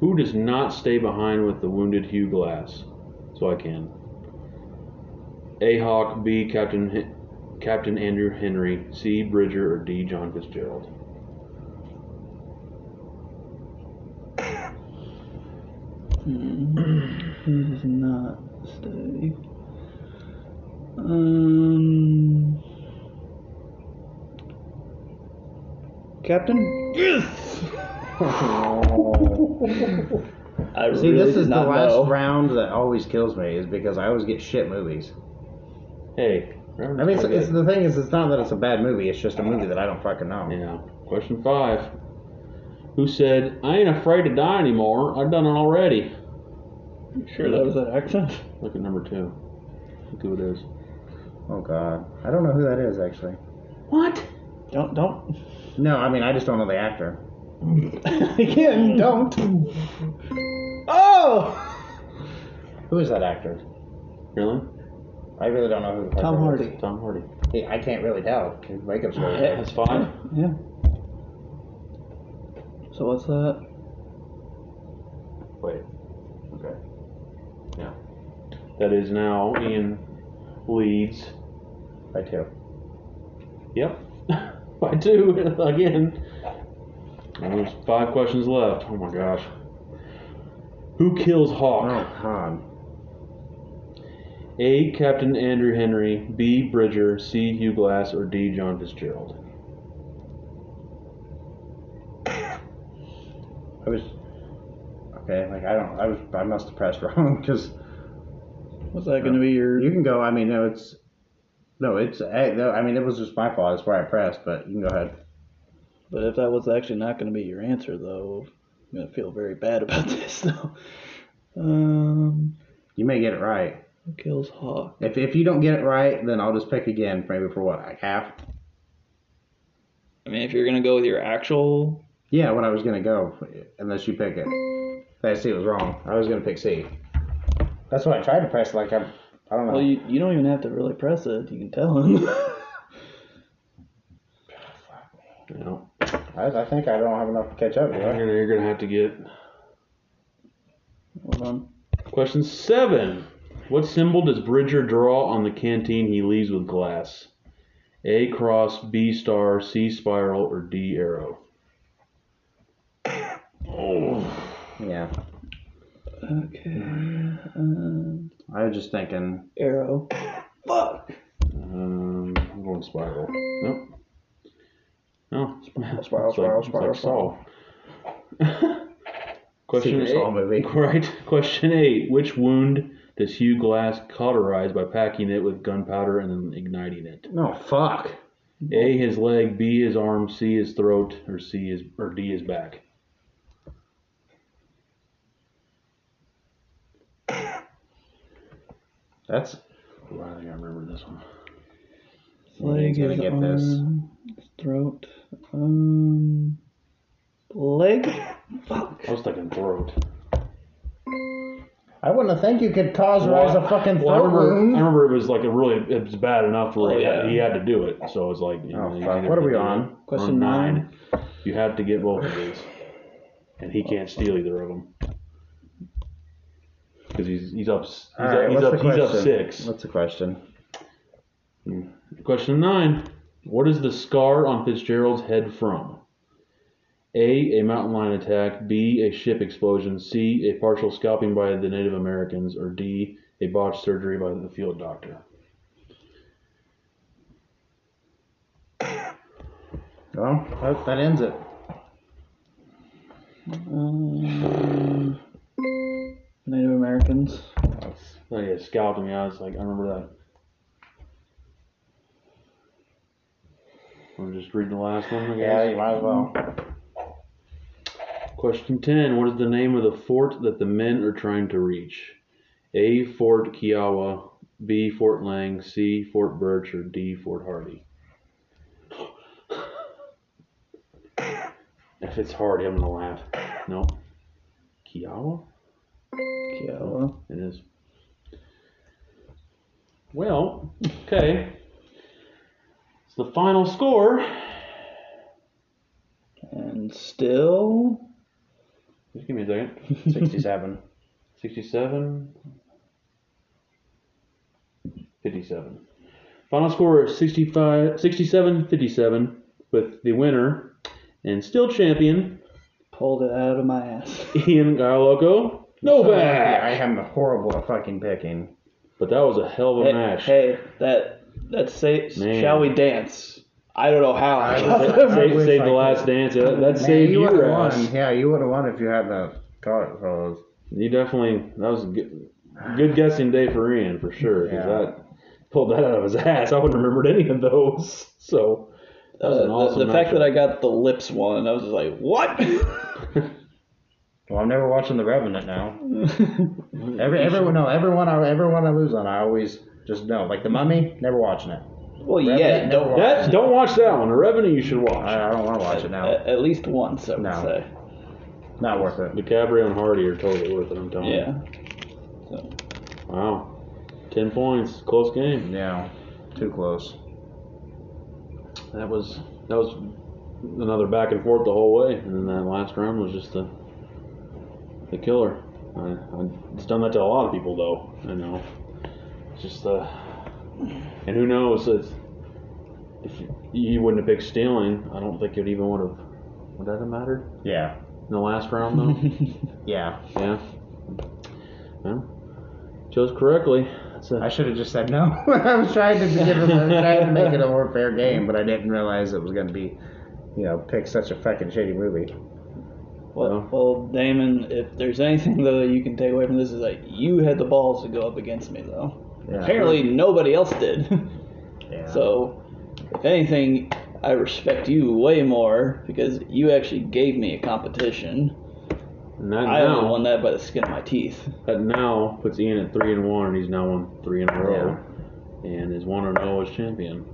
Speaker 2: Who does not stay behind with the wounded Hugh Glass? So I can. A Hawk, B Captain H- Captain Andrew Henry, C Bridger, or D John Fitzgerald.
Speaker 4: He does not stay. Um, Captain. Yes. I
Speaker 3: See,
Speaker 4: really
Speaker 3: this
Speaker 4: did
Speaker 3: is the
Speaker 4: not
Speaker 3: last
Speaker 4: know.
Speaker 3: round that always kills me is because I always get shit movies.
Speaker 2: Hey.
Speaker 3: I mean, it's, it's the thing is, it's not that it's a bad movie. It's just a movie that I don't fucking know.
Speaker 2: yeah. Question five. Who said I ain't afraid to die anymore? I've done it already.
Speaker 4: Sure, that was that accent.
Speaker 2: Look at number two. Look who it is.
Speaker 3: Oh god, I don't know who that is actually.
Speaker 2: What?
Speaker 4: Don't don't.
Speaker 3: No, I mean I just don't know the actor.
Speaker 4: Again, don't. Oh,
Speaker 3: Who is that actor?
Speaker 2: Really?
Speaker 3: I really don't know who. The
Speaker 4: Tom
Speaker 3: fuck that
Speaker 4: Hardy.
Speaker 2: Tom Hardy.
Speaker 3: is. Hey, I can't really tell. His makeup's really
Speaker 2: Yeah,
Speaker 3: good.
Speaker 2: that's five.
Speaker 4: Yeah. So what's that?
Speaker 2: Wait. Okay. Yeah. That is now Ian leads.
Speaker 3: I too.
Speaker 2: Yep. By two again. And there's five questions left. Oh my gosh. Who kills Hawk?
Speaker 3: Oh god.
Speaker 2: A. Captain Andrew Henry. B. Bridger. C. Hugh Glass. Or D. John Fitzgerald.
Speaker 3: I was. Okay, like I don't. I was. I must have pressed wrong because
Speaker 4: Was that gonna be your?
Speaker 3: you can go. I mean, no, it's. No, it's. I, no, I mean, it was just my fault. That's where I pressed, but you can go ahead.
Speaker 4: But if that was actually not going to be your answer, though, I'm going to feel very bad about this, though. Um,
Speaker 3: You may get it right.
Speaker 4: who kills Hawk?
Speaker 3: If, if you don't get it right, then I'll just pick again, maybe for what, like half?
Speaker 4: I mean, if you're going to go with your actual.
Speaker 3: Yeah, what I was going to go, unless you pick it. That C was wrong. I was going to pick C. That's what I tried to press, like, I'm, I don't know.
Speaker 4: Well, you, you don't even have to really press it. You can tell him.
Speaker 2: You know,
Speaker 3: I, I think I don't have enough to catch up, do
Speaker 2: you're
Speaker 3: I?
Speaker 2: gonna, you're gonna have to get
Speaker 4: Hold on.
Speaker 2: question seven. What symbol does Bridger draw on the canteen he leaves with Glass? A. Cross. B. Star. C. Spiral. Or D. Arrow.
Speaker 3: Yeah.
Speaker 4: Okay. Uh,
Speaker 3: I was just thinking,
Speaker 4: arrow. Fuck.
Speaker 3: um, I'm going spiral.
Speaker 2: Nope. No.
Speaker 4: Spiral,
Speaker 2: It's like-
Speaker 4: spiral,
Speaker 2: it's
Speaker 4: spiral,
Speaker 2: like
Speaker 4: spiral.
Speaker 2: Saw. Question
Speaker 3: Secret Saw
Speaker 2: eight.
Speaker 3: movie.
Speaker 2: Right. Question eight. Which wound does Hugh Glass cauterize by packing it with gunpowder and then igniting it?
Speaker 3: No, fuck.
Speaker 2: A. His leg. B. His arm. C. His throat. Or C. His or D. His back.
Speaker 3: That's
Speaker 2: Well, I think I remember this one.
Speaker 4: Leg
Speaker 3: He's gonna
Speaker 4: is
Speaker 3: get
Speaker 4: arm,
Speaker 3: this.
Speaker 4: Throat. Um. Leg. Fuck.
Speaker 2: I was thinking throat.
Speaker 3: I wouldn't think you could cause rise a fucking
Speaker 2: Well, I
Speaker 3: throat
Speaker 2: remember, I
Speaker 3: wound.
Speaker 2: remember it was like a really it was bad enough where
Speaker 4: Oh,
Speaker 2: he, had,
Speaker 4: yeah.
Speaker 2: he had to do it. So it was like, you
Speaker 3: Oh,
Speaker 2: you
Speaker 3: fuck.
Speaker 2: either
Speaker 3: What are
Speaker 2: had
Speaker 3: we
Speaker 2: to do
Speaker 3: on?
Speaker 2: it or
Speaker 4: Question nine.
Speaker 2: You had to get both of these, and he can't steal either of them because he's he's up he's
Speaker 3: All right,
Speaker 2: up, he's,
Speaker 3: what's
Speaker 2: up,
Speaker 3: the
Speaker 2: he's up
Speaker 3: question?
Speaker 2: six.
Speaker 3: What's the question?
Speaker 2: Question nine: What is the scar on Fitzgerald's head from? A. A mountain lion attack. B. A ship explosion. C. A partial scalping by the Native Americans. Or D. A botched surgery by the field doctor.
Speaker 3: Well, that, that ends it.
Speaker 4: Um, Native Americans.
Speaker 2: Like it scalped me. I was like, I remember that. I'm just reading the last one. I guess.
Speaker 3: might as well.
Speaker 2: Question 10. What is the name of the fort that the men are trying to reach? A. Fort Kiowa. B. Fort Lang. C. Fort Birch. Or D. Fort Hardy? if it's Hardy, I'm going to laugh. No. Kiowa?
Speaker 4: Kiowa.
Speaker 2: It is. Well, okay. It's the final score.
Speaker 4: And still.
Speaker 2: Just give me a second.
Speaker 3: 67.
Speaker 2: 67 57 final score is 65 67 57 with the winner and still champion
Speaker 4: Pulled it out of my ass.
Speaker 2: ian garloco
Speaker 3: I
Speaker 2: novak
Speaker 3: am horrible at fucking picking.
Speaker 2: but that was a hell of a
Speaker 4: Hey,
Speaker 2: match
Speaker 4: hey, that that say,
Speaker 2: Man.
Speaker 4: shall we dance? I don't know how. I got
Speaker 3: was-
Speaker 4: it.
Speaker 2: Sa-
Speaker 3: I wish
Speaker 2: saved
Speaker 3: I
Speaker 2: the
Speaker 3: could.
Speaker 2: last dance that, that
Speaker 3: Man,
Speaker 2: saved you
Speaker 3: would've
Speaker 2: your
Speaker 3: won.
Speaker 2: ass
Speaker 3: Yeah, you would have won if you had the card fellas.
Speaker 2: you definitely that was a good, good guessing day for ian for sure 'cause
Speaker 3: Yeah.
Speaker 2: that pulled that out of his ass i wouldn't have remembered any of those so that was an
Speaker 4: Uh,
Speaker 2: awesome
Speaker 4: the, the fact
Speaker 2: matchup.
Speaker 4: that I got the lips one, I was just like, what?
Speaker 3: Well, I'm never watching The Revenant now. Every everyone, no, everyone, I everyone I lose on, I always just know. Like The Mummy, never watching it.
Speaker 4: well, yeah,
Speaker 3: Revenant,
Speaker 4: don't.
Speaker 3: never
Speaker 2: That don't watch that one. The Revenue you should watch.
Speaker 3: I, I don't want to watch it now.
Speaker 4: At, at least once, I would
Speaker 3: No.
Speaker 4: say.
Speaker 3: Not worth it.
Speaker 2: DiCaprio and Hardy are totally worth it. I'm telling you.
Speaker 4: Yeah. So,
Speaker 2: Wow. Ten points. Close game.
Speaker 3: Yeah, too close.
Speaker 2: That was that was another back and forth the whole way, and then that last round was just the the killer. I, I, it's done that to a lot of people though. I know. It's just the and who knows if if you, you wouldn't have picked stealing, I don't think it even would have. Would that have mattered
Speaker 3: Yeah,
Speaker 2: in the last round though?
Speaker 3: yeah.
Speaker 2: Yeah. Well, chose correctly. That's
Speaker 3: I
Speaker 2: a,
Speaker 3: should have just said no. I was trying to give him, I was trying to make it a more fair game, but I didn't realize it was going to be, you know, pick such a fucking shitty movie.
Speaker 4: well, well, Damon, if there's anything though that you can take away from this is like you had the balls to go up against me though.
Speaker 3: Yeah.
Speaker 4: Apparently, nobody else did.
Speaker 3: Yeah.
Speaker 4: so, if anything, I respect you way more because you actually gave me a competition.
Speaker 2: and that
Speaker 4: I only
Speaker 2: now,
Speaker 4: won that by the skin of my teeth.
Speaker 2: that now puts Ian at three and one, and he's now won three in a row, and is one and zero as champion.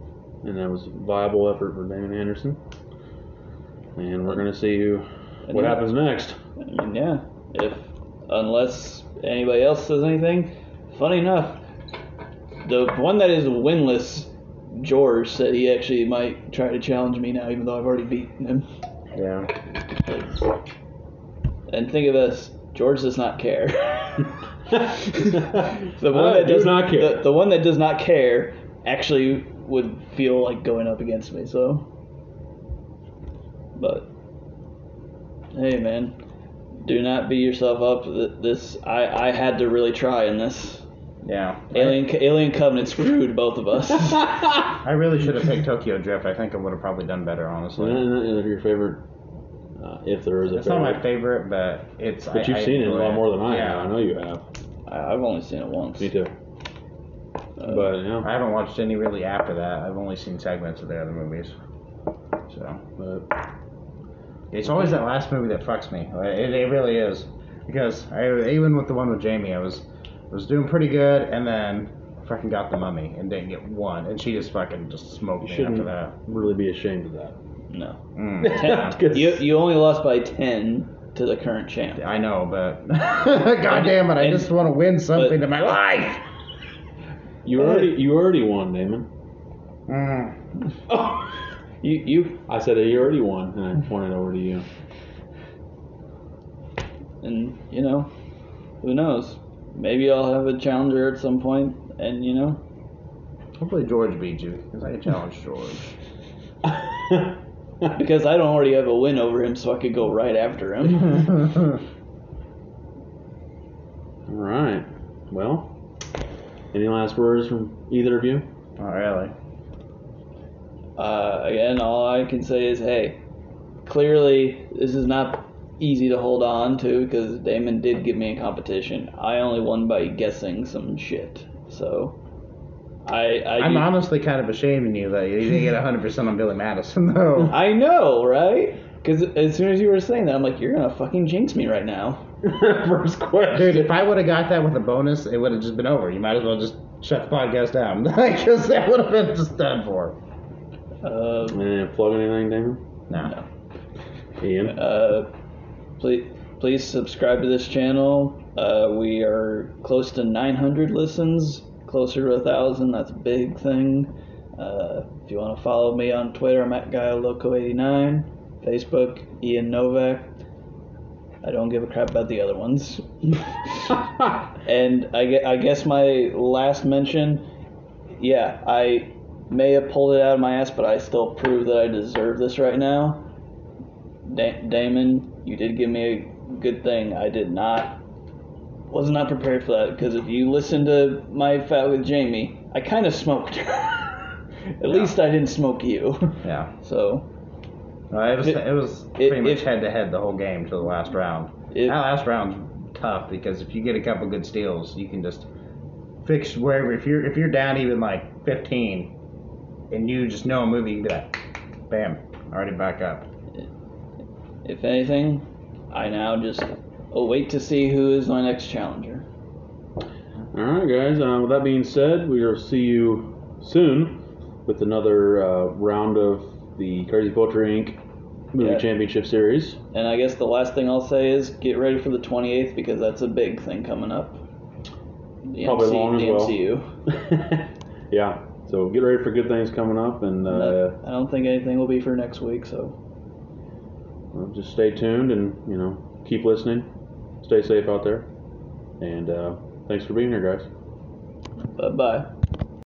Speaker 2: And that was a viable effort for Damon Anderson. And we're gonna see who what
Speaker 4: yeah.
Speaker 2: happens next.
Speaker 4: I mean, yeah. If unless anybody else says anything, funny enough, the one that is winless, George said he actually might try to challenge me now, even though I've already beaten him.
Speaker 3: Yeah.
Speaker 4: And think of this, George does not care. the one
Speaker 2: I
Speaker 4: that
Speaker 2: do not care.
Speaker 4: The, the one that does not care actually would feel like going up against me. So, but hey, man, do not beat yourself up. Th- This I, I had to really try in this.
Speaker 3: Yeah.
Speaker 4: Alien Alien Covenant screwed both of us.
Speaker 3: I really should have picked Tokyo Drift. I think I would have probably done better,
Speaker 2: So,
Speaker 3: honestly.
Speaker 2: and, and if your favorite, uh, if there is a
Speaker 3: It's not
Speaker 2: favorite,
Speaker 3: my favorite, but it's.
Speaker 2: but you've seen it a lot more than I have. I
Speaker 3: yeah.
Speaker 2: know you have.
Speaker 4: I, I've only seen it once.
Speaker 2: Me too.
Speaker 4: Uh,
Speaker 2: but yeah,
Speaker 3: I haven't watched any really after that. I've only seen segments of the other movies. So
Speaker 2: but
Speaker 3: it's always that last movie that fucks me. It, it really is because I even with the one with Jamie, I was was doing pretty good, and then fucking got the mummy and didn't get one, and she just fucking just smoked me
Speaker 2: shouldn't
Speaker 3: after that.
Speaker 2: really be ashamed of that.
Speaker 4: No.
Speaker 3: Mm.
Speaker 4: Ten, you you only lost by ten to the current champ.
Speaker 3: I know, but god damn it, I
Speaker 4: And-
Speaker 3: just want to win something
Speaker 4: but-
Speaker 3: in my life.
Speaker 2: You already you already won, Damon.
Speaker 3: Mm.
Speaker 4: You you
Speaker 2: I said you already won, and I pointed over to you.
Speaker 4: and you know, who knows? Maybe I'll have a challenger at some point, and you know,
Speaker 3: Hopefully George beats you because I challenged George.
Speaker 4: because I don't already have a win over him, so I could go right after him.
Speaker 2: All right. Well, any last words from either of you?
Speaker 3: Not really.
Speaker 4: uh, again, all I can say is, hey, clearly this is not easy to hold on to because Damon did give me a competition. I only won by guessing some shit, so I I
Speaker 3: I'm
Speaker 4: do-
Speaker 3: honestly kind of ashamed in you that you didn't get 100% on Billy Madison, though.
Speaker 4: I know, right? Because as soon as you were saying that, I'm like, you're gonna fucking jinx me right now.
Speaker 2: First question.
Speaker 3: Dude, if I would have got that with a bonus, it would have just been over. You might as well just shut the podcast down. Because that would have been just done for.
Speaker 4: Uh,
Speaker 2: And plug anything, Damon?
Speaker 3: No.
Speaker 2: Ian.
Speaker 4: Uh, please, please subscribe to this channel. Uh, we are close to 900 listens, closer to a thousand. That's a big thing. Uh, if you want to follow me on Twitter, I'm at GuileLoco89. Facebook, Ian Novak. I don't give a crap about the other ones. and I, gue- I guess my last mention, yeah, I may have pulled it out of my ass, but I still prove that I deserve this right now. Da- Damon, you did give me a good thing. I did not was not prepared for that because if you listen to my fight with Jamie, I kind of smoked her. At least I didn't smoke you.
Speaker 3: Yeah.
Speaker 4: So
Speaker 3: No, it was,
Speaker 4: If-
Speaker 3: it was
Speaker 4: if-
Speaker 3: pretty much
Speaker 4: if-
Speaker 3: head to head the whole game to the last round.
Speaker 4: If-
Speaker 3: that last round's tough because if you get a couple good steals, you can just fix wherever. If you're if you're down even like 15, and you just know a movie, you can be like, bam, already back up.
Speaker 4: if anything, I now just await to see who is my next challenger.
Speaker 2: All right, guys. Uh, with that being said, we will see you soon with another uh, round of the Crazy Poultry Inc. Movie
Speaker 4: Yeah.
Speaker 2: Championship Series.
Speaker 4: And I guess the last thing I'll say is get ready for the 28th because that's a big thing coming up. The
Speaker 2: Probably
Speaker 4: MC
Speaker 2: long as
Speaker 4: the
Speaker 2: well.
Speaker 4: MCU.
Speaker 2: yeah. So get ready for good things coming up, and uh,
Speaker 4: I don't think anything will be for next week, so.
Speaker 2: well, just stay tuned and you know keep listening. Stay safe out there, and uh, thanks for being here, guys.
Speaker 4: Bye bye.